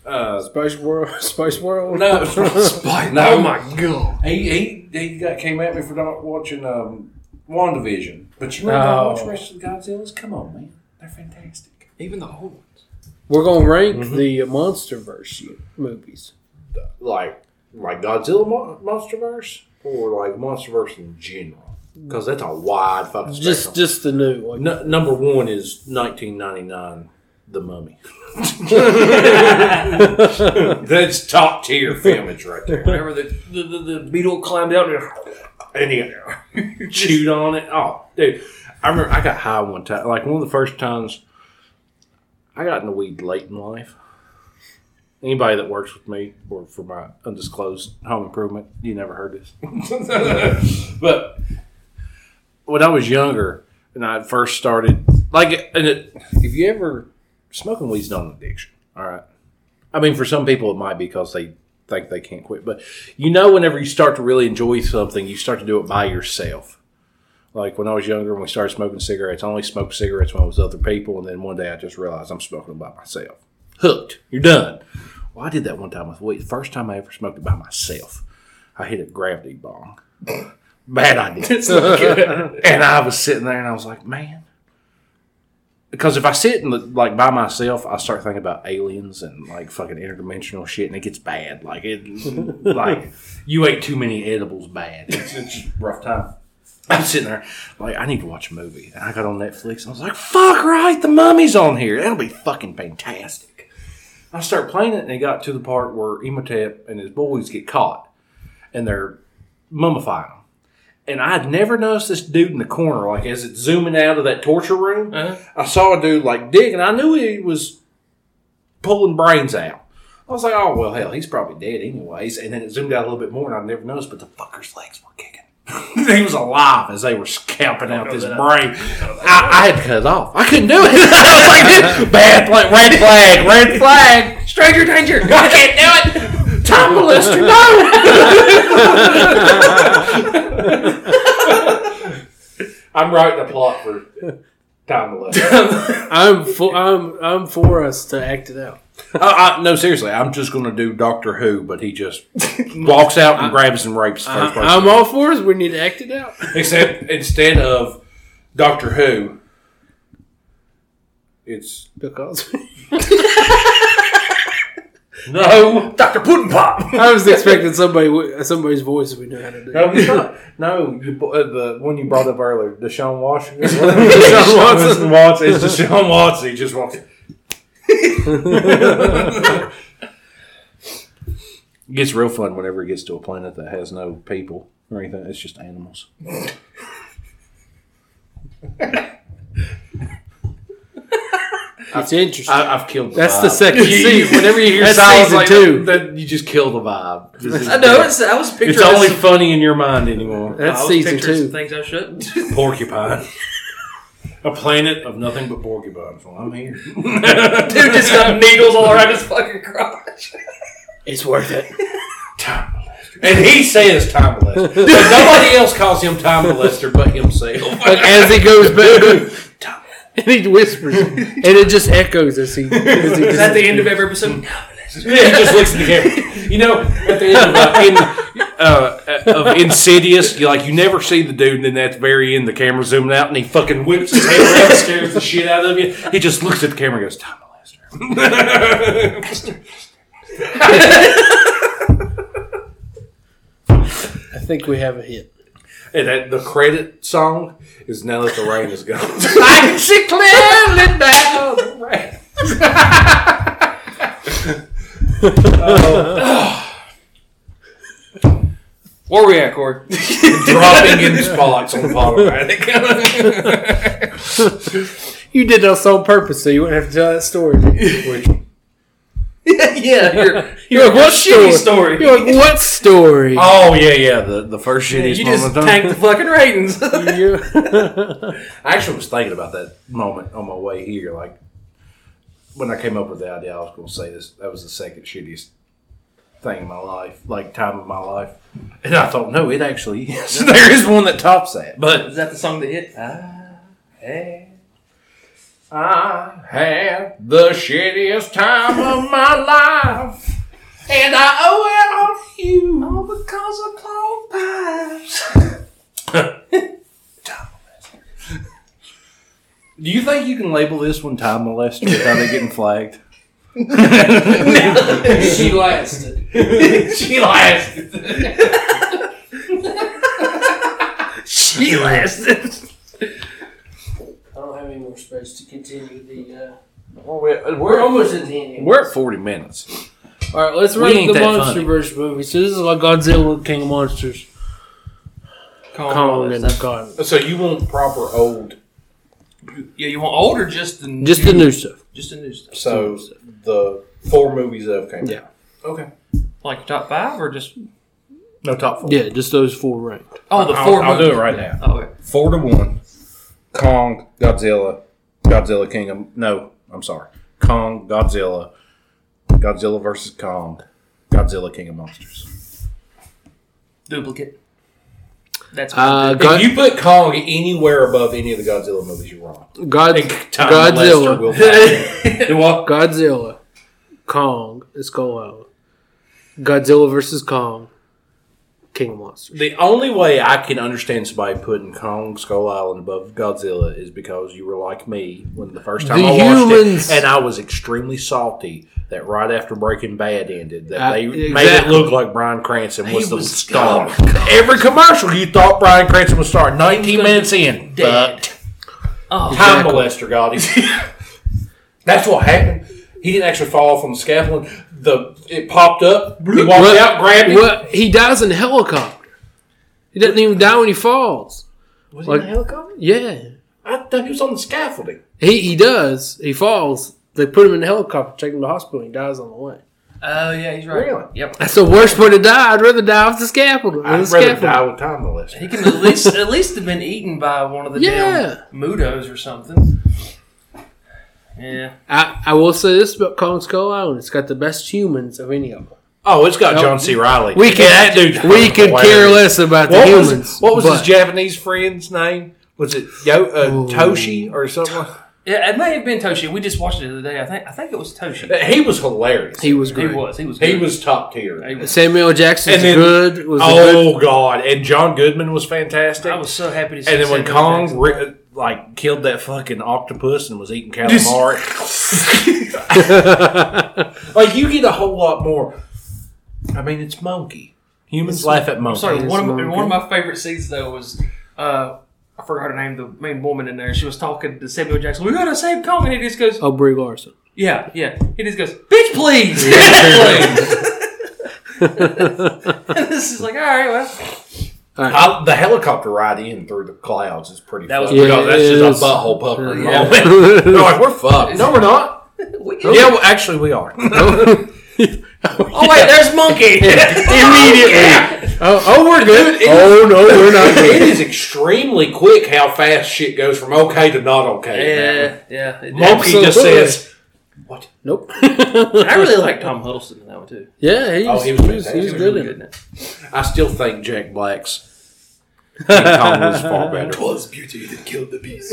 [SPEAKER 2] Uh,
[SPEAKER 1] Spice World, Spice World.
[SPEAKER 2] no, Spy- no.
[SPEAKER 3] Oh my god!
[SPEAKER 2] He he he got, came at me for not watching um, WandaVision. But you ain't gonna
[SPEAKER 1] Oh.
[SPEAKER 2] watch the rest of the Godzillas? Come on, man. They're fantastic.
[SPEAKER 3] Even the old ones.
[SPEAKER 1] We're gonna rank
[SPEAKER 2] Mm-hmm.
[SPEAKER 1] the MonsterVerse u- movies.
[SPEAKER 2] Like like Godzilla Mo- MonsterVerse or like MonsterVerse in general? Because that's a wide fucking
[SPEAKER 1] Just,
[SPEAKER 2] spectrum.
[SPEAKER 1] just the new one.
[SPEAKER 2] Nu- number one is 1999, The Mummy. that's top tier filmage right there.
[SPEAKER 3] Whenever the, the, the, the beetle climbed out and
[SPEAKER 2] and he chewed on it. Oh, dude, I remember I got high one time. Like one of the first times I got in the weed late in life. Anybody that works with me or for my undisclosed home improvement, you never heard this. but when I was younger and I first started, like, and it, if you ever smoking weed's not an addiction, all right. I mean, for some people it might be because they think they can't quit, but you know, whenever you start to really enjoy something, you start to do it by yourself. Like when I was younger, when we started smoking cigarettes, I only smoked cigarettes when I was with other people, and then one day I just realized I'm smoking them by myself. Hooked. You're done. Well, I did that one time with weed. First time I ever smoked it by myself, I hit a gravity bong. Bad idea.
[SPEAKER 3] it's not good.
[SPEAKER 2] And I was sitting there, and I was like, man. Because if I sit and look, like by myself, I start thinking about aliens and like fucking interdimensional shit, and it gets bad. Like it, like you ate too many edibles, bad. It's, it's just a rough time. I'm sitting there like I need to watch a movie, and I got on Netflix, and I was like, "Fuck right, the mummy's on here. That'll be fucking fantastic." I start playing it, and it got to the part where Imhotep and his boys get caught, and they're mummifying them. And I had never noticed this dude in the corner, like as it's zooming out of that torture room.
[SPEAKER 3] Uh-huh.
[SPEAKER 2] I saw a dude like Dick, and I knew he was pulling brains out. I was like, "Oh well, hell, he's probably dead anyways." And then it zoomed out a little bit more, and I never noticed, but the fucker's legs were kicking. he was alive as they were scalping out this brain. I, I had to cut it off. I couldn't do it. I was like, dude, bad, like red flag, red flag, stranger danger. I can't do it. Time molester, no. I'm writing a plot for time molester.
[SPEAKER 1] I'm for, I'm, I'm for us to act it out.
[SPEAKER 2] I, I, no, seriously, I'm just going to do Doctor Who, but he just walks out and grabs and rapes the first person.
[SPEAKER 1] I, am all for us. We need to act it out.
[SPEAKER 2] Except instead of Doctor Who, it's
[SPEAKER 1] Because
[SPEAKER 2] no Doctor Pudding Pop.
[SPEAKER 1] I was expecting somebody, wi- somebody's voice we know how to do.
[SPEAKER 2] No, he's not. No, you, bo- uh, the one you brought up earlier, Deshaun Washington.
[SPEAKER 1] Deshaun Watson.
[SPEAKER 2] Watson. It's Deshaun Watson. He just walks. It gets real fun whenever it gets to a planet that has no people or anything. It's just animals.
[SPEAKER 1] It's interesting.
[SPEAKER 2] I, I've killed. The
[SPEAKER 1] That's
[SPEAKER 2] vibe.
[SPEAKER 1] the second
[SPEAKER 2] You-
[SPEAKER 1] season. Whenever you hear
[SPEAKER 2] That's
[SPEAKER 1] sounds
[SPEAKER 2] season
[SPEAKER 1] like
[SPEAKER 2] two.
[SPEAKER 1] two.
[SPEAKER 2] That, you just kill the vibe. This is-
[SPEAKER 3] I know. It's, I was picturing.
[SPEAKER 2] It's only funny in your mind anymore.
[SPEAKER 1] That's
[SPEAKER 3] I was
[SPEAKER 1] season
[SPEAKER 3] picturing Some
[SPEAKER 1] two.
[SPEAKER 3] things I shouldn't.
[SPEAKER 2] Porcupine. A planet of nothing but porcupines. Well, I'm here.
[SPEAKER 3] Dude just got needles all around his fucking crotch.
[SPEAKER 1] It's worth it.
[SPEAKER 2] time molester. And he says time molester. But nobody else calls him time molester but himself.
[SPEAKER 1] Like as he goes back, and he whispers, it, and it just echoes as he. As he
[SPEAKER 3] Is that the end of every episode? No,
[SPEAKER 2] he just looks at the camera. You know, at the end of, uh, in, uh, of Insidious, you like you never see the dude, and then at the very end, the camera zoomed out, and he fucking whips his head around, scares the shit out of you. He just looks at the camera, and goes, "Time molester."
[SPEAKER 1] I think we have a hit.
[SPEAKER 2] and that, the credit song is "Now That the Rain Is Gone."
[SPEAKER 1] I can see clearly now.
[SPEAKER 3] Oh. Where we at, Corey?
[SPEAKER 2] Dropping in spots on automatic.
[SPEAKER 1] You did this on purpose, so you wouldn't have to tell that story.
[SPEAKER 2] Which
[SPEAKER 3] yeah, you're,
[SPEAKER 1] You're like, what story?
[SPEAKER 3] shitty story.
[SPEAKER 1] You're like, what story?
[SPEAKER 2] Oh yeah, yeah. The the first
[SPEAKER 3] Yeah,
[SPEAKER 2] shittiest
[SPEAKER 3] you
[SPEAKER 2] moment.
[SPEAKER 3] just
[SPEAKER 2] of time.
[SPEAKER 3] tanked the fucking ratings.
[SPEAKER 1] You-
[SPEAKER 2] I actually was thinking about that moment on my way here. Like when I came up with the idea, I was going to say this. That was the second shittiest thing in my life, like time of my life. And I thought, no, it actually is. there is one that tops that. But
[SPEAKER 3] Is that the song that hit? Ah, hey.
[SPEAKER 2] I had the shittiest time of my life. And I owe it on you. All because of cold pipes. Do you think you can label this one time molester without it getting flagged?
[SPEAKER 1] she lasted.
[SPEAKER 2] she lasted.
[SPEAKER 3] She lasted.
[SPEAKER 4] I don't have any more space to continue the. Uh,
[SPEAKER 2] We're,
[SPEAKER 4] we're almost at the end.
[SPEAKER 2] we're at 40 minutes.
[SPEAKER 1] All right, let's
[SPEAKER 2] We
[SPEAKER 1] rank
[SPEAKER 2] ain't
[SPEAKER 1] the
[SPEAKER 2] that
[SPEAKER 1] monster verse movie. So this is like Godzilla, King of Monsters,
[SPEAKER 3] Oh,
[SPEAKER 1] Kong, and Kong.
[SPEAKER 2] So you want proper old.
[SPEAKER 3] Yeah, you want old or just the
[SPEAKER 1] Just the new stuff.
[SPEAKER 3] just the new stuff?
[SPEAKER 2] So the four movies that have came
[SPEAKER 1] Yeah.
[SPEAKER 2] out.
[SPEAKER 3] Okay. Like your top five or just
[SPEAKER 2] No, top four.
[SPEAKER 1] Yeah, just those four ranked.
[SPEAKER 3] oh the
[SPEAKER 2] I'll-
[SPEAKER 3] 4
[SPEAKER 2] I'll do it
[SPEAKER 3] movies.
[SPEAKER 2] right now.
[SPEAKER 3] Oh, okay.
[SPEAKER 2] Four to one. Kong, Godzilla, Godzilla Kingdom. No, I'm sorry. Kong, Godzilla, Godzilla versus Kong, Godzilla King of Monsters.
[SPEAKER 3] duplicate. That's
[SPEAKER 1] Uh,
[SPEAKER 3] good.
[SPEAKER 1] Go-
[SPEAKER 2] if you put Kong anywhere above any of the Godzilla movies, you're wrong.
[SPEAKER 1] God,
[SPEAKER 2] Tom Lester will
[SPEAKER 1] Godzilla,
[SPEAKER 2] find it. Do what?
[SPEAKER 1] Godzilla, Kong, is Skull Island. Godzilla versus Kong, King of Monsters.
[SPEAKER 2] The only way I can understand somebody putting Kong Skull Island above Godzilla is because you were like me when the first time
[SPEAKER 1] The
[SPEAKER 2] I
[SPEAKER 1] humans-
[SPEAKER 2] watched it, and I was extremely salty that right after Breaking Bad ended, that
[SPEAKER 1] Uh,
[SPEAKER 2] they made it
[SPEAKER 1] exactly.
[SPEAKER 2] look like Brian Cranston was
[SPEAKER 3] He
[SPEAKER 2] the
[SPEAKER 3] was
[SPEAKER 2] star.
[SPEAKER 3] gone.
[SPEAKER 2] Every commercial you thought Brian Cranston was star. Nineteen
[SPEAKER 3] gonna
[SPEAKER 2] minutes in,
[SPEAKER 3] dead.
[SPEAKER 2] fucked.
[SPEAKER 3] Oh,
[SPEAKER 2] Time molester got him. That's what happened. He didn't actually fall off from the scaffolding. The it popped up. He walked
[SPEAKER 1] What-
[SPEAKER 2] out, grabbed it.
[SPEAKER 1] Well, he dies in a helicopter. He doesn't even die when he falls.
[SPEAKER 2] Was
[SPEAKER 1] he in a
[SPEAKER 2] helicopter?
[SPEAKER 1] Yeah,
[SPEAKER 2] I thought he was on the scaffolding.
[SPEAKER 1] he he does. He falls. They put him in the helicopter, take him to the hospital, and he dies on the way.
[SPEAKER 3] Oh, yeah, he's right.
[SPEAKER 2] Really?
[SPEAKER 3] Yep.
[SPEAKER 1] That's the worst way to die. I'd rather die off the scaffold.
[SPEAKER 2] I'd rather die with time
[SPEAKER 3] He
[SPEAKER 2] molester.
[SPEAKER 3] can at least at least have been eaten by one of the
[SPEAKER 1] Yeah.
[SPEAKER 3] damn mudos or something. Yeah.
[SPEAKER 1] I, I will say this about Kong Skull Island: it's got the best humans of any of them.
[SPEAKER 2] Oh, it's got
[SPEAKER 1] Nope.
[SPEAKER 2] John C. Riley.
[SPEAKER 1] We can
[SPEAKER 2] that dude.
[SPEAKER 1] We could care less about the
[SPEAKER 2] What was,
[SPEAKER 1] humans.
[SPEAKER 2] what was his
[SPEAKER 1] but-
[SPEAKER 2] Japanese friend's name? Was it Yo, uh,
[SPEAKER 1] Ooh.
[SPEAKER 2] Toshi or something?
[SPEAKER 3] Yeah, it may have been Toshi. We just watched it the other day. I think I think it was Toshi.
[SPEAKER 2] He was hilarious.
[SPEAKER 1] He was
[SPEAKER 3] He
[SPEAKER 1] great.
[SPEAKER 3] was. He was.
[SPEAKER 2] He
[SPEAKER 3] good.
[SPEAKER 2] was top tier.
[SPEAKER 3] He was-
[SPEAKER 1] Samuel Jackson's
[SPEAKER 2] And then-
[SPEAKER 1] good. Was a good.
[SPEAKER 2] oh God! And John Goodman was fantastic.
[SPEAKER 3] I was so happy to see.
[SPEAKER 2] and then when
[SPEAKER 3] Samuel
[SPEAKER 2] Kong
[SPEAKER 3] Jackson.
[SPEAKER 2] ri- uh, like killed that fucking octopus and was eating calamari, like you get a whole lot more. I mean, it's monkey. Humans laugh at monkeys.
[SPEAKER 3] Sorry, one of,
[SPEAKER 1] Monkey.
[SPEAKER 3] my, one of my favorite scenes though was uh, I forgot her name, the main woman in there. She was talking to Samuel Jackson. We gotta save Kong, and he just goes,
[SPEAKER 1] Oh, Brie Larson.
[SPEAKER 3] "Yeah, yeah." He just goes, "Bitch, please, bitch,
[SPEAKER 2] Yeah.
[SPEAKER 3] please." and this is like, all right, well,
[SPEAKER 2] I, the helicopter ride in through the clouds is pretty.
[SPEAKER 3] That was
[SPEAKER 2] fun.
[SPEAKER 1] pretty
[SPEAKER 2] No, that's
[SPEAKER 1] cool.
[SPEAKER 2] just a
[SPEAKER 1] It is.
[SPEAKER 2] butthole pucker.
[SPEAKER 3] Yeah.
[SPEAKER 2] moment. They're like, we're fucked. No, we're not.
[SPEAKER 3] we-
[SPEAKER 2] Yeah, well, actually, we are.
[SPEAKER 3] oh wait, there's monkey.
[SPEAKER 2] Immediately.
[SPEAKER 1] Oh, oh, we're good.
[SPEAKER 2] it-
[SPEAKER 1] oh no, we're not
[SPEAKER 2] it
[SPEAKER 1] good.
[SPEAKER 2] is extremely quick how fast shit goes from okay to not okay.
[SPEAKER 3] yeah, yeah. it-
[SPEAKER 2] Monkey just
[SPEAKER 1] Absolutely.
[SPEAKER 2] says, "What?"
[SPEAKER 1] Nope.
[SPEAKER 3] I really like Tom Hiddleston in that one too.
[SPEAKER 1] yeah, he was,
[SPEAKER 2] Oh, he
[SPEAKER 1] he
[SPEAKER 2] was
[SPEAKER 1] was, he was,
[SPEAKER 2] fantastic. He was
[SPEAKER 1] good
[SPEAKER 3] really
[SPEAKER 1] in it.
[SPEAKER 3] in it.
[SPEAKER 2] I still think Jack Black's King Kong was far better.
[SPEAKER 4] was beauty that killed the beast.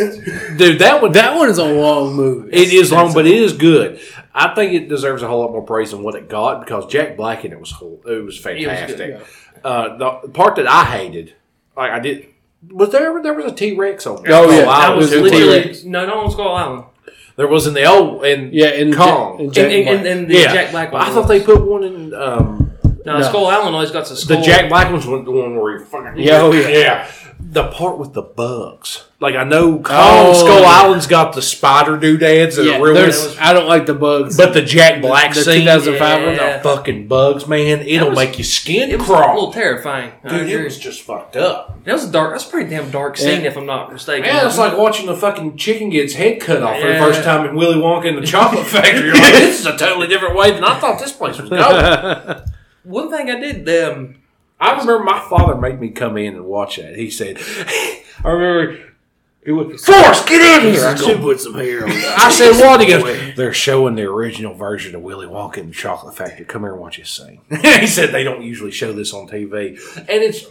[SPEAKER 2] Dude, that one.
[SPEAKER 1] That one is a long movie.
[SPEAKER 2] It is long, but it is good. I think it deserves a whole lot more praise than what it got because Jack Black in it was whole, it was
[SPEAKER 3] good,
[SPEAKER 2] fantastic. Uh, the part that I hated, like I did, was there there was a T Rex on there.
[SPEAKER 1] Oh, yeah.
[SPEAKER 2] I
[SPEAKER 3] That
[SPEAKER 1] It
[SPEAKER 3] was
[SPEAKER 1] was a
[SPEAKER 3] literally
[SPEAKER 1] T-Rex.
[SPEAKER 3] no, no one was Skull Island.
[SPEAKER 2] there was in the old in
[SPEAKER 1] Yeah, and
[SPEAKER 2] Kong.
[SPEAKER 1] Ja- and
[SPEAKER 3] And,
[SPEAKER 1] Jack
[SPEAKER 3] and,
[SPEAKER 1] Black.
[SPEAKER 3] and, and the
[SPEAKER 2] Yeah.
[SPEAKER 3] Jack Black one.
[SPEAKER 2] I thought they put one in um,
[SPEAKER 3] no,
[SPEAKER 1] No.
[SPEAKER 3] Skull Island always got the skull.
[SPEAKER 2] the Jack Black one's one- the one where he fucking
[SPEAKER 1] Yeah, oh, yeah.
[SPEAKER 2] The part with the bugs, like I know Kong
[SPEAKER 1] Oh,
[SPEAKER 2] Skull
[SPEAKER 1] yeah.
[SPEAKER 2] Island's got the spider doodads and
[SPEAKER 1] Yeah,
[SPEAKER 2] the real
[SPEAKER 1] there's-
[SPEAKER 2] ones,
[SPEAKER 1] I don't like the bugs.
[SPEAKER 2] but the Jack Black
[SPEAKER 1] the
[SPEAKER 2] scene,
[SPEAKER 1] 2005
[SPEAKER 2] yeah.
[SPEAKER 3] one?
[SPEAKER 2] the fucking bugs, man, it'll
[SPEAKER 3] was-
[SPEAKER 2] make your skin
[SPEAKER 3] It was a
[SPEAKER 2] crawl.
[SPEAKER 3] little terrifying. I
[SPEAKER 2] Dude, it
[SPEAKER 3] agree.
[SPEAKER 2] was just fucked up.
[SPEAKER 3] that was a dark. That's a pretty damn dark scene,
[SPEAKER 1] Yeah.
[SPEAKER 3] if I'm not mistaken.
[SPEAKER 2] Man, it's like watching the fucking chicken get its head cut off for the
[SPEAKER 3] Yeah.
[SPEAKER 2] first time in Willy Wonka in the Chocolate Factory. You're like, this is a totally different way than I thought this place was going.
[SPEAKER 3] one thing I did. Um,
[SPEAKER 2] I remember my father made me come in and watch that. He said, I remember he went, Forrest, get in here. I said,
[SPEAKER 1] put some hair on that.
[SPEAKER 2] I said, what? He goes, they're showing the original version of Willy Wonka in the Chocolate Factory. Come here and watch this scene. he said, they don't usually show this on TV. And it's,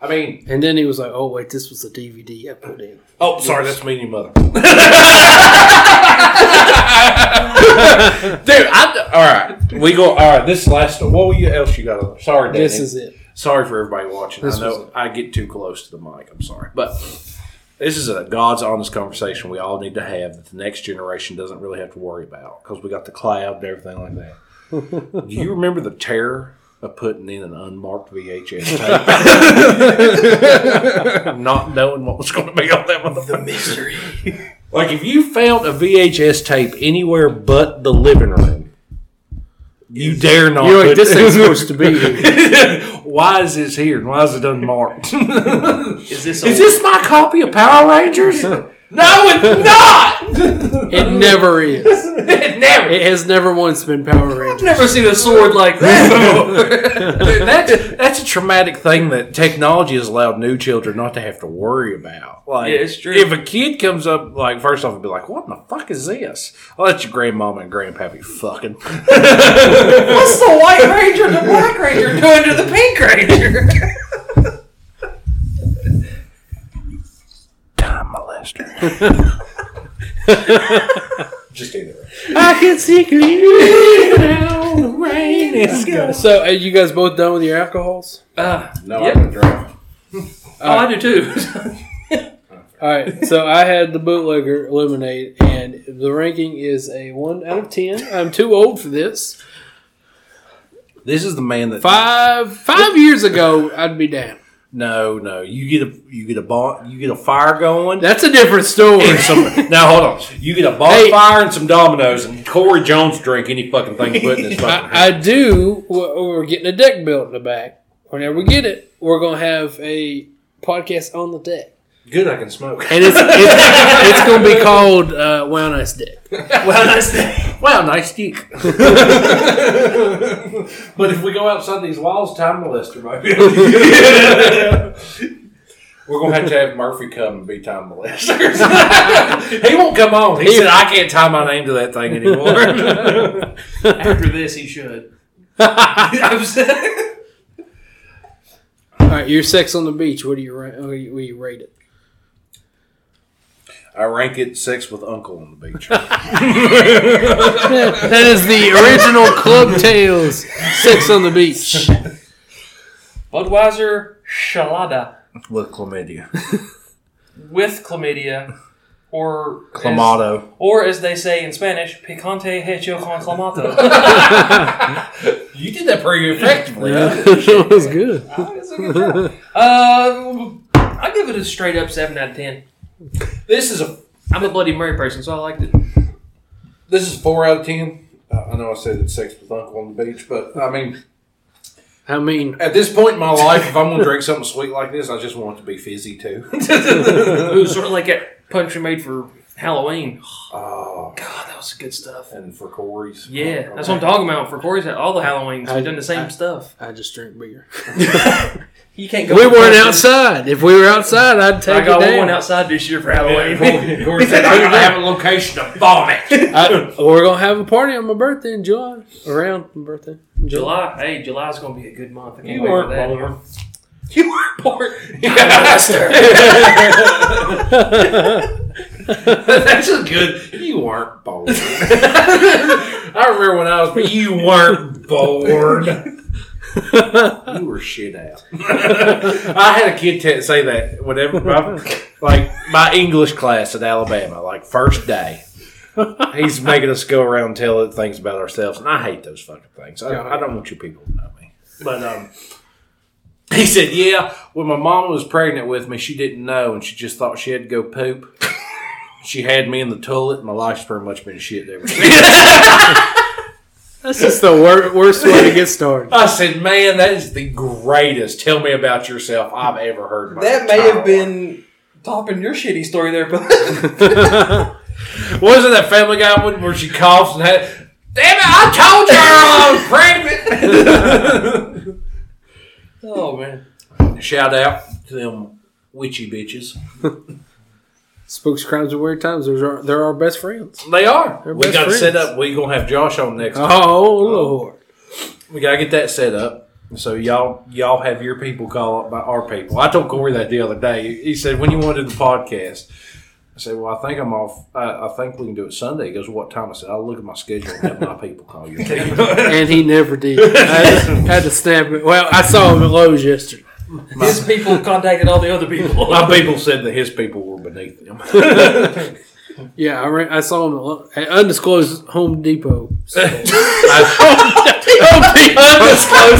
[SPEAKER 2] I mean,
[SPEAKER 1] And then he was like, "Oh wait, this was the DVD I put in."
[SPEAKER 2] oh, sorry, that's me and your mother. Dude, I, all right, we go, all right, this last, what were you, else you got? on? Sorry, Danny.
[SPEAKER 1] This is it.
[SPEAKER 2] Sorry for everybody watching.
[SPEAKER 1] This
[SPEAKER 2] I know
[SPEAKER 1] was-
[SPEAKER 2] I get too close to the mic. I'm sorry, but this is a God's honest conversation we all need to have that the next generation doesn't really have to worry about because we got the cloud and everything like that. Do you remember the terror of putting in an unmarked VHS tape, not knowing what was going to be on that one? The misery. Like if you found a VHS tape anywhere but the living room. You dare not.
[SPEAKER 1] You're like,
[SPEAKER 2] put-
[SPEAKER 1] this ain't supposed to be here.
[SPEAKER 2] why is this here? and Why is it unmarked? is
[SPEAKER 3] is this? a-
[SPEAKER 2] this my copy of Power Rangers? no, it's not.
[SPEAKER 1] It never is.
[SPEAKER 2] it never.
[SPEAKER 1] It has never once been Power Rangers.
[SPEAKER 3] I've never seen a sword like that. before.
[SPEAKER 2] that's that's a traumatic thing that technology has allowed new children not to have to worry about. Like,
[SPEAKER 3] Yeah, it's true.
[SPEAKER 2] If a kid comes up, like first off, and be like, "What in the fuck is this?" Well, that's your grandmama and grandpappy fucking.
[SPEAKER 3] What's the White Ranger and the Black Ranger doing to the Pink Ranger?
[SPEAKER 2] Time molester. Just either. way.
[SPEAKER 1] I can see clearly now. The rain is gone. So, are you guys both done with your alcohols?
[SPEAKER 3] Uh,
[SPEAKER 2] No,
[SPEAKER 3] Yep.
[SPEAKER 2] I can drive.
[SPEAKER 3] oh, I do too.
[SPEAKER 1] All right. So, I had the bootlegger lemonade, and the ranking is a one out of ten. I'm too old for this.
[SPEAKER 2] This is the man that
[SPEAKER 1] Five five years ago, I'd be down.
[SPEAKER 2] No, no. You get a you get a bon- you get a fire going.
[SPEAKER 1] That's a different story.
[SPEAKER 2] and some, now hold on. You get a bonfire and some dominoes, and Corey Jones drink any fucking thing he put in his fucking.
[SPEAKER 1] I, I do. We're we're getting a deck built in the back. Whenever we get it, we're gonna have a podcast on the deck,
[SPEAKER 2] Good, I can smoke.
[SPEAKER 1] and it's it's, it's gonna be called uh, Wow Nice Deck.
[SPEAKER 3] well, that's the,
[SPEAKER 2] Wow, nice dick. but if we go outside these walls, time molester, baby. We're gonna have to have Murphy come and be time molesters. he won't come on. He, said, "I can't tie my name to that thing anymore."
[SPEAKER 3] after this, he should. I'm saying.
[SPEAKER 1] All right, your sex on the beach. What do you ra- what do you, what do you rate it?
[SPEAKER 2] I rank it sex with uncle on the beach.
[SPEAKER 1] that is the original Club Tales Sex on the Beach.
[SPEAKER 3] Budweiser Shalada
[SPEAKER 2] with chlamydia.
[SPEAKER 3] with chlamydia, or as-
[SPEAKER 2] Clamato.
[SPEAKER 3] or as they say in Spanish, picante hecho con clamato.
[SPEAKER 2] You did that pretty effectively.
[SPEAKER 1] that was good.
[SPEAKER 3] um, I give it a straight up seven out of ten.
[SPEAKER 2] This is a
[SPEAKER 3] I'm a Bloody Mary person, so I liked it.
[SPEAKER 2] this is four out of ten. Uh, I know I said it's sex with uncle on the beach, but I mean,
[SPEAKER 1] I mean,
[SPEAKER 2] at this point in my life, if I'm gonna drink something sweet like this, I just want it to be fizzy too.
[SPEAKER 3] It was sort of like that punch we made for Halloween.
[SPEAKER 2] Oh,
[SPEAKER 3] God, that was good stuff.
[SPEAKER 2] and for Corey's,
[SPEAKER 3] Yeah, that's what I'm talking about. For Corey's, all the Halloweens,
[SPEAKER 1] I-
[SPEAKER 3] we've done the same
[SPEAKER 1] I-
[SPEAKER 3] stuff.
[SPEAKER 1] I just drink beer.
[SPEAKER 3] You can't
[SPEAKER 1] We weren't outside. If we were outside, I'd
[SPEAKER 3] I
[SPEAKER 1] take it
[SPEAKER 3] got
[SPEAKER 1] down.
[SPEAKER 3] one outside this year for Halloween.
[SPEAKER 2] Corey, Corey said, "I'm gonna have a location to vomit."
[SPEAKER 1] I, we're gonna have a party on my birthday in July. Around my birthday, in July.
[SPEAKER 3] July, hey, July's gonna be a good month. I can't
[SPEAKER 2] You
[SPEAKER 3] wait for
[SPEAKER 2] weren't
[SPEAKER 3] that.
[SPEAKER 2] born.
[SPEAKER 3] You weren't born.
[SPEAKER 2] Yeah. That's a good. You weren't bored. I remember when I was, but you weren't bored. You were shit out. I had a kid t- say that whenever, I- like my English class at Alabama, like first day. He's making us go around and tell things about ourselves, and I hate those fucking things. I, I don't want you people to know me. But um, he said, "Yeah, when my mom was pregnant with me, she didn't know, and she just thought she had to go poop. she had me in the toilet, and my life's pretty much been shit ever since."
[SPEAKER 1] That's just the wor- worst way to get started.
[SPEAKER 2] I said, "Man, that is the greatest. Tell me about yourself I've ever heard." in my
[SPEAKER 3] That may
[SPEAKER 2] entire
[SPEAKER 3] have been topping your shitty story there, but
[SPEAKER 2] life." Wasn't that Family Guy one where she coughs and had? Damn it! I told you I was pregnant.
[SPEAKER 3] oh man,
[SPEAKER 2] Shout out to them witchy bitches.
[SPEAKER 1] Spooks, crimes, and weird times. Those are they're our best friends.
[SPEAKER 2] They are.
[SPEAKER 1] They're
[SPEAKER 2] we
[SPEAKER 1] best
[SPEAKER 2] got to set
[SPEAKER 1] friends.
[SPEAKER 2] up. We're gonna have Josh on next. time.
[SPEAKER 1] Oh lord!
[SPEAKER 2] We gotta get that set up. So y'all y'all have your people call up by our people. I told Corey that the other day. He said, "When you want to do the podcast?" I said, "Well, I think I'm off. I, I think we can do it Sunday." He goes, "What time?" I said, "I'll look at my schedule and have my people call you."
[SPEAKER 1] And he never did. I just had to snap it. Well, I saw him at Lowe's yesterday.
[SPEAKER 3] his people contacted all the other people.
[SPEAKER 2] my people said that his people were beneath them.
[SPEAKER 1] Yeah, I, ran, I saw him at, Lo- at undisclosed Home Depot.
[SPEAKER 2] Undisclosed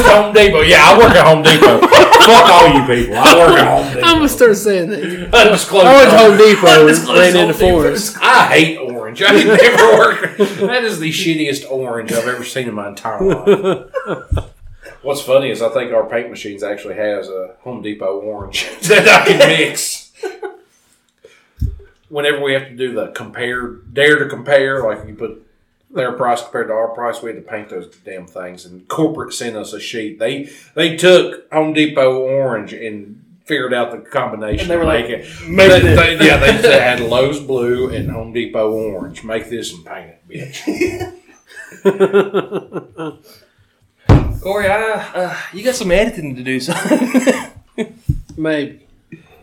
[SPEAKER 2] Home Depot. Yeah, I work at Home Depot. Fuck all you people. I work at Home
[SPEAKER 1] I'm
[SPEAKER 2] Depot.
[SPEAKER 1] gonna start saying that.
[SPEAKER 2] Undisclosed.
[SPEAKER 1] I went to Home Depot and
[SPEAKER 3] Undisclosed
[SPEAKER 1] ran in the
[SPEAKER 3] Home Depot.
[SPEAKER 1] forest.
[SPEAKER 2] I hate orange. I never work. That is the shittiest orange I've ever seen in my entire life. What's funny is I think our paint machines actually has a Home Depot orange that I can mix. Whenever we have to do the compare, dare to compare, like you put their price compared to our price, we had to paint those damn things. And corporate sent us a sheet. They they took Home Depot orange and figured out the combination.
[SPEAKER 3] And they were
[SPEAKER 2] to
[SPEAKER 3] like,
[SPEAKER 2] make it.
[SPEAKER 3] "Make
[SPEAKER 2] They-
[SPEAKER 3] this."
[SPEAKER 2] they- yeah, they said had Lowe's blue and Home Depot orange. Make this and paint it, bitch.
[SPEAKER 3] Corey, I, uh, you got some editing to do, son.
[SPEAKER 1] Maybe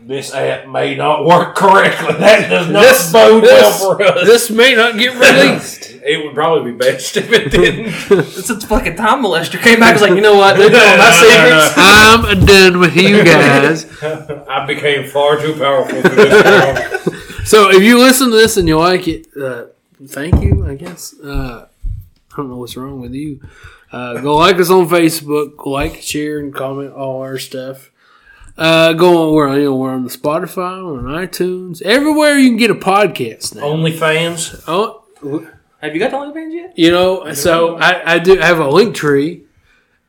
[SPEAKER 2] This app may not work correctly. That does not
[SPEAKER 1] This-
[SPEAKER 2] bode
[SPEAKER 1] this-
[SPEAKER 2] well for us.
[SPEAKER 1] this may not get released.
[SPEAKER 2] It would probably be best if it didn't.
[SPEAKER 3] It's a fucking time molester came back. and was like, you know what? They're telling my
[SPEAKER 2] No, no, no.
[SPEAKER 3] secrets.
[SPEAKER 1] I'm done with you guys.
[SPEAKER 2] I became far too powerful for this.
[SPEAKER 1] So if you listen to this and you like it, uh, thank you. I guess uh, I don't know what's wrong with you. Uh, go like us on Facebook, like, share, and comment all our stuff. Uh, go on where you know we're on the Spotify, we're on iTunes, everywhere you can get a podcast now.
[SPEAKER 2] OnlyFans.
[SPEAKER 1] Oh,
[SPEAKER 3] Have you got the OnlyFans yet?
[SPEAKER 1] you know, so I, I do have a link tree.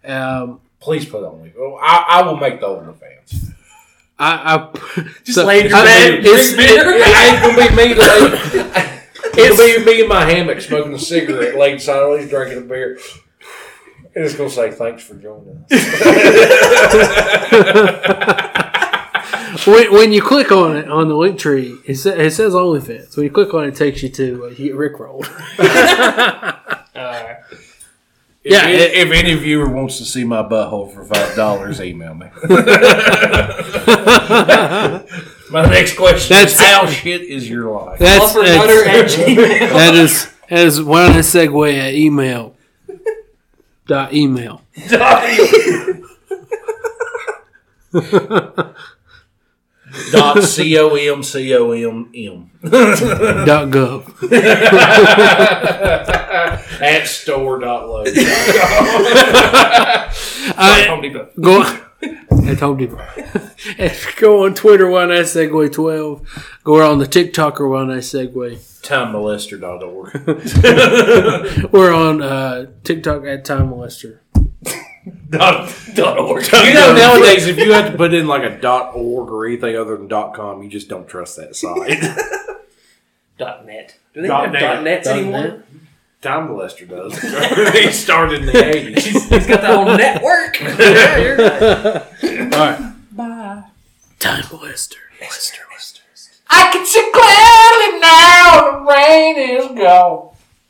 [SPEAKER 1] Um,
[SPEAKER 2] Please put Only. oh, I, I will make the OnlyFans.
[SPEAKER 1] I, I
[SPEAKER 3] Just lay in your bed, drink
[SPEAKER 1] It's,
[SPEAKER 3] beer.
[SPEAKER 1] it-
[SPEAKER 2] I ain't gonna be me. Like, it'll be me in my hammock smoking a cigarette, late sideways, drinking a beer. And it's gonna say thanks for joining us.
[SPEAKER 1] when, when you click on it on the link tree, it, sa- it says OnlyFans. When you click on it, it takes you to uh, you get Rickrolled.
[SPEAKER 3] Uh,
[SPEAKER 1] Yeah,
[SPEAKER 2] if,
[SPEAKER 1] it-
[SPEAKER 2] if any viewer wants to see my butthole for five dollars, email me. my next question
[SPEAKER 1] That's-
[SPEAKER 2] is how shit is your life?
[SPEAKER 1] That's,
[SPEAKER 3] Offer butter and
[SPEAKER 1] that's
[SPEAKER 3] cheese.
[SPEAKER 1] that is that is one of the segue at email dot email.
[SPEAKER 2] dot c o m c o m m
[SPEAKER 1] dot gov.
[SPEAKER 2] at store dot low.
[SPEAKER 1] I,
[SPEAKER 3] Home Depot.
[SPEAKER 1] go at Home Depot. And go on Twitter one I segue twelve. Go on the TikToker one I segue.
[SPEAKER 2] Timemolester.org.
[SPEAKER 1] We're on uh, TikTok at Time Molester.
[SPEAKER 2] dot, dot org.
[SPEAKER 3] Dot
[SPEAKER 2] You know,
[SPEAKER 3] org.
[SPEAKER 2] nowadays, if you have to put in like a dot org or anything other than dot com, you just don't trust that site.
[SPEAKER 3] Dot net. Do they
[SPEAKER 2] Dot
[SPEAKER 3] have
[SPEAKER 2] net.
[SPEAKER 3] dot nets
[SPEAKER 1] Dot
[SPEAKER 3] anymore?
[SPEAKER 1] net.
[SPEAKER 2] Time Molester does. he started in the 80s.
[SPEAKER 3] He's got that whole network.
[SPEAKER 2] All right.
[SPEAKER 1] Time Molester.
[SPEAKER 3] Mister, mister, mister.
[SPEAKER 2] I can see clearly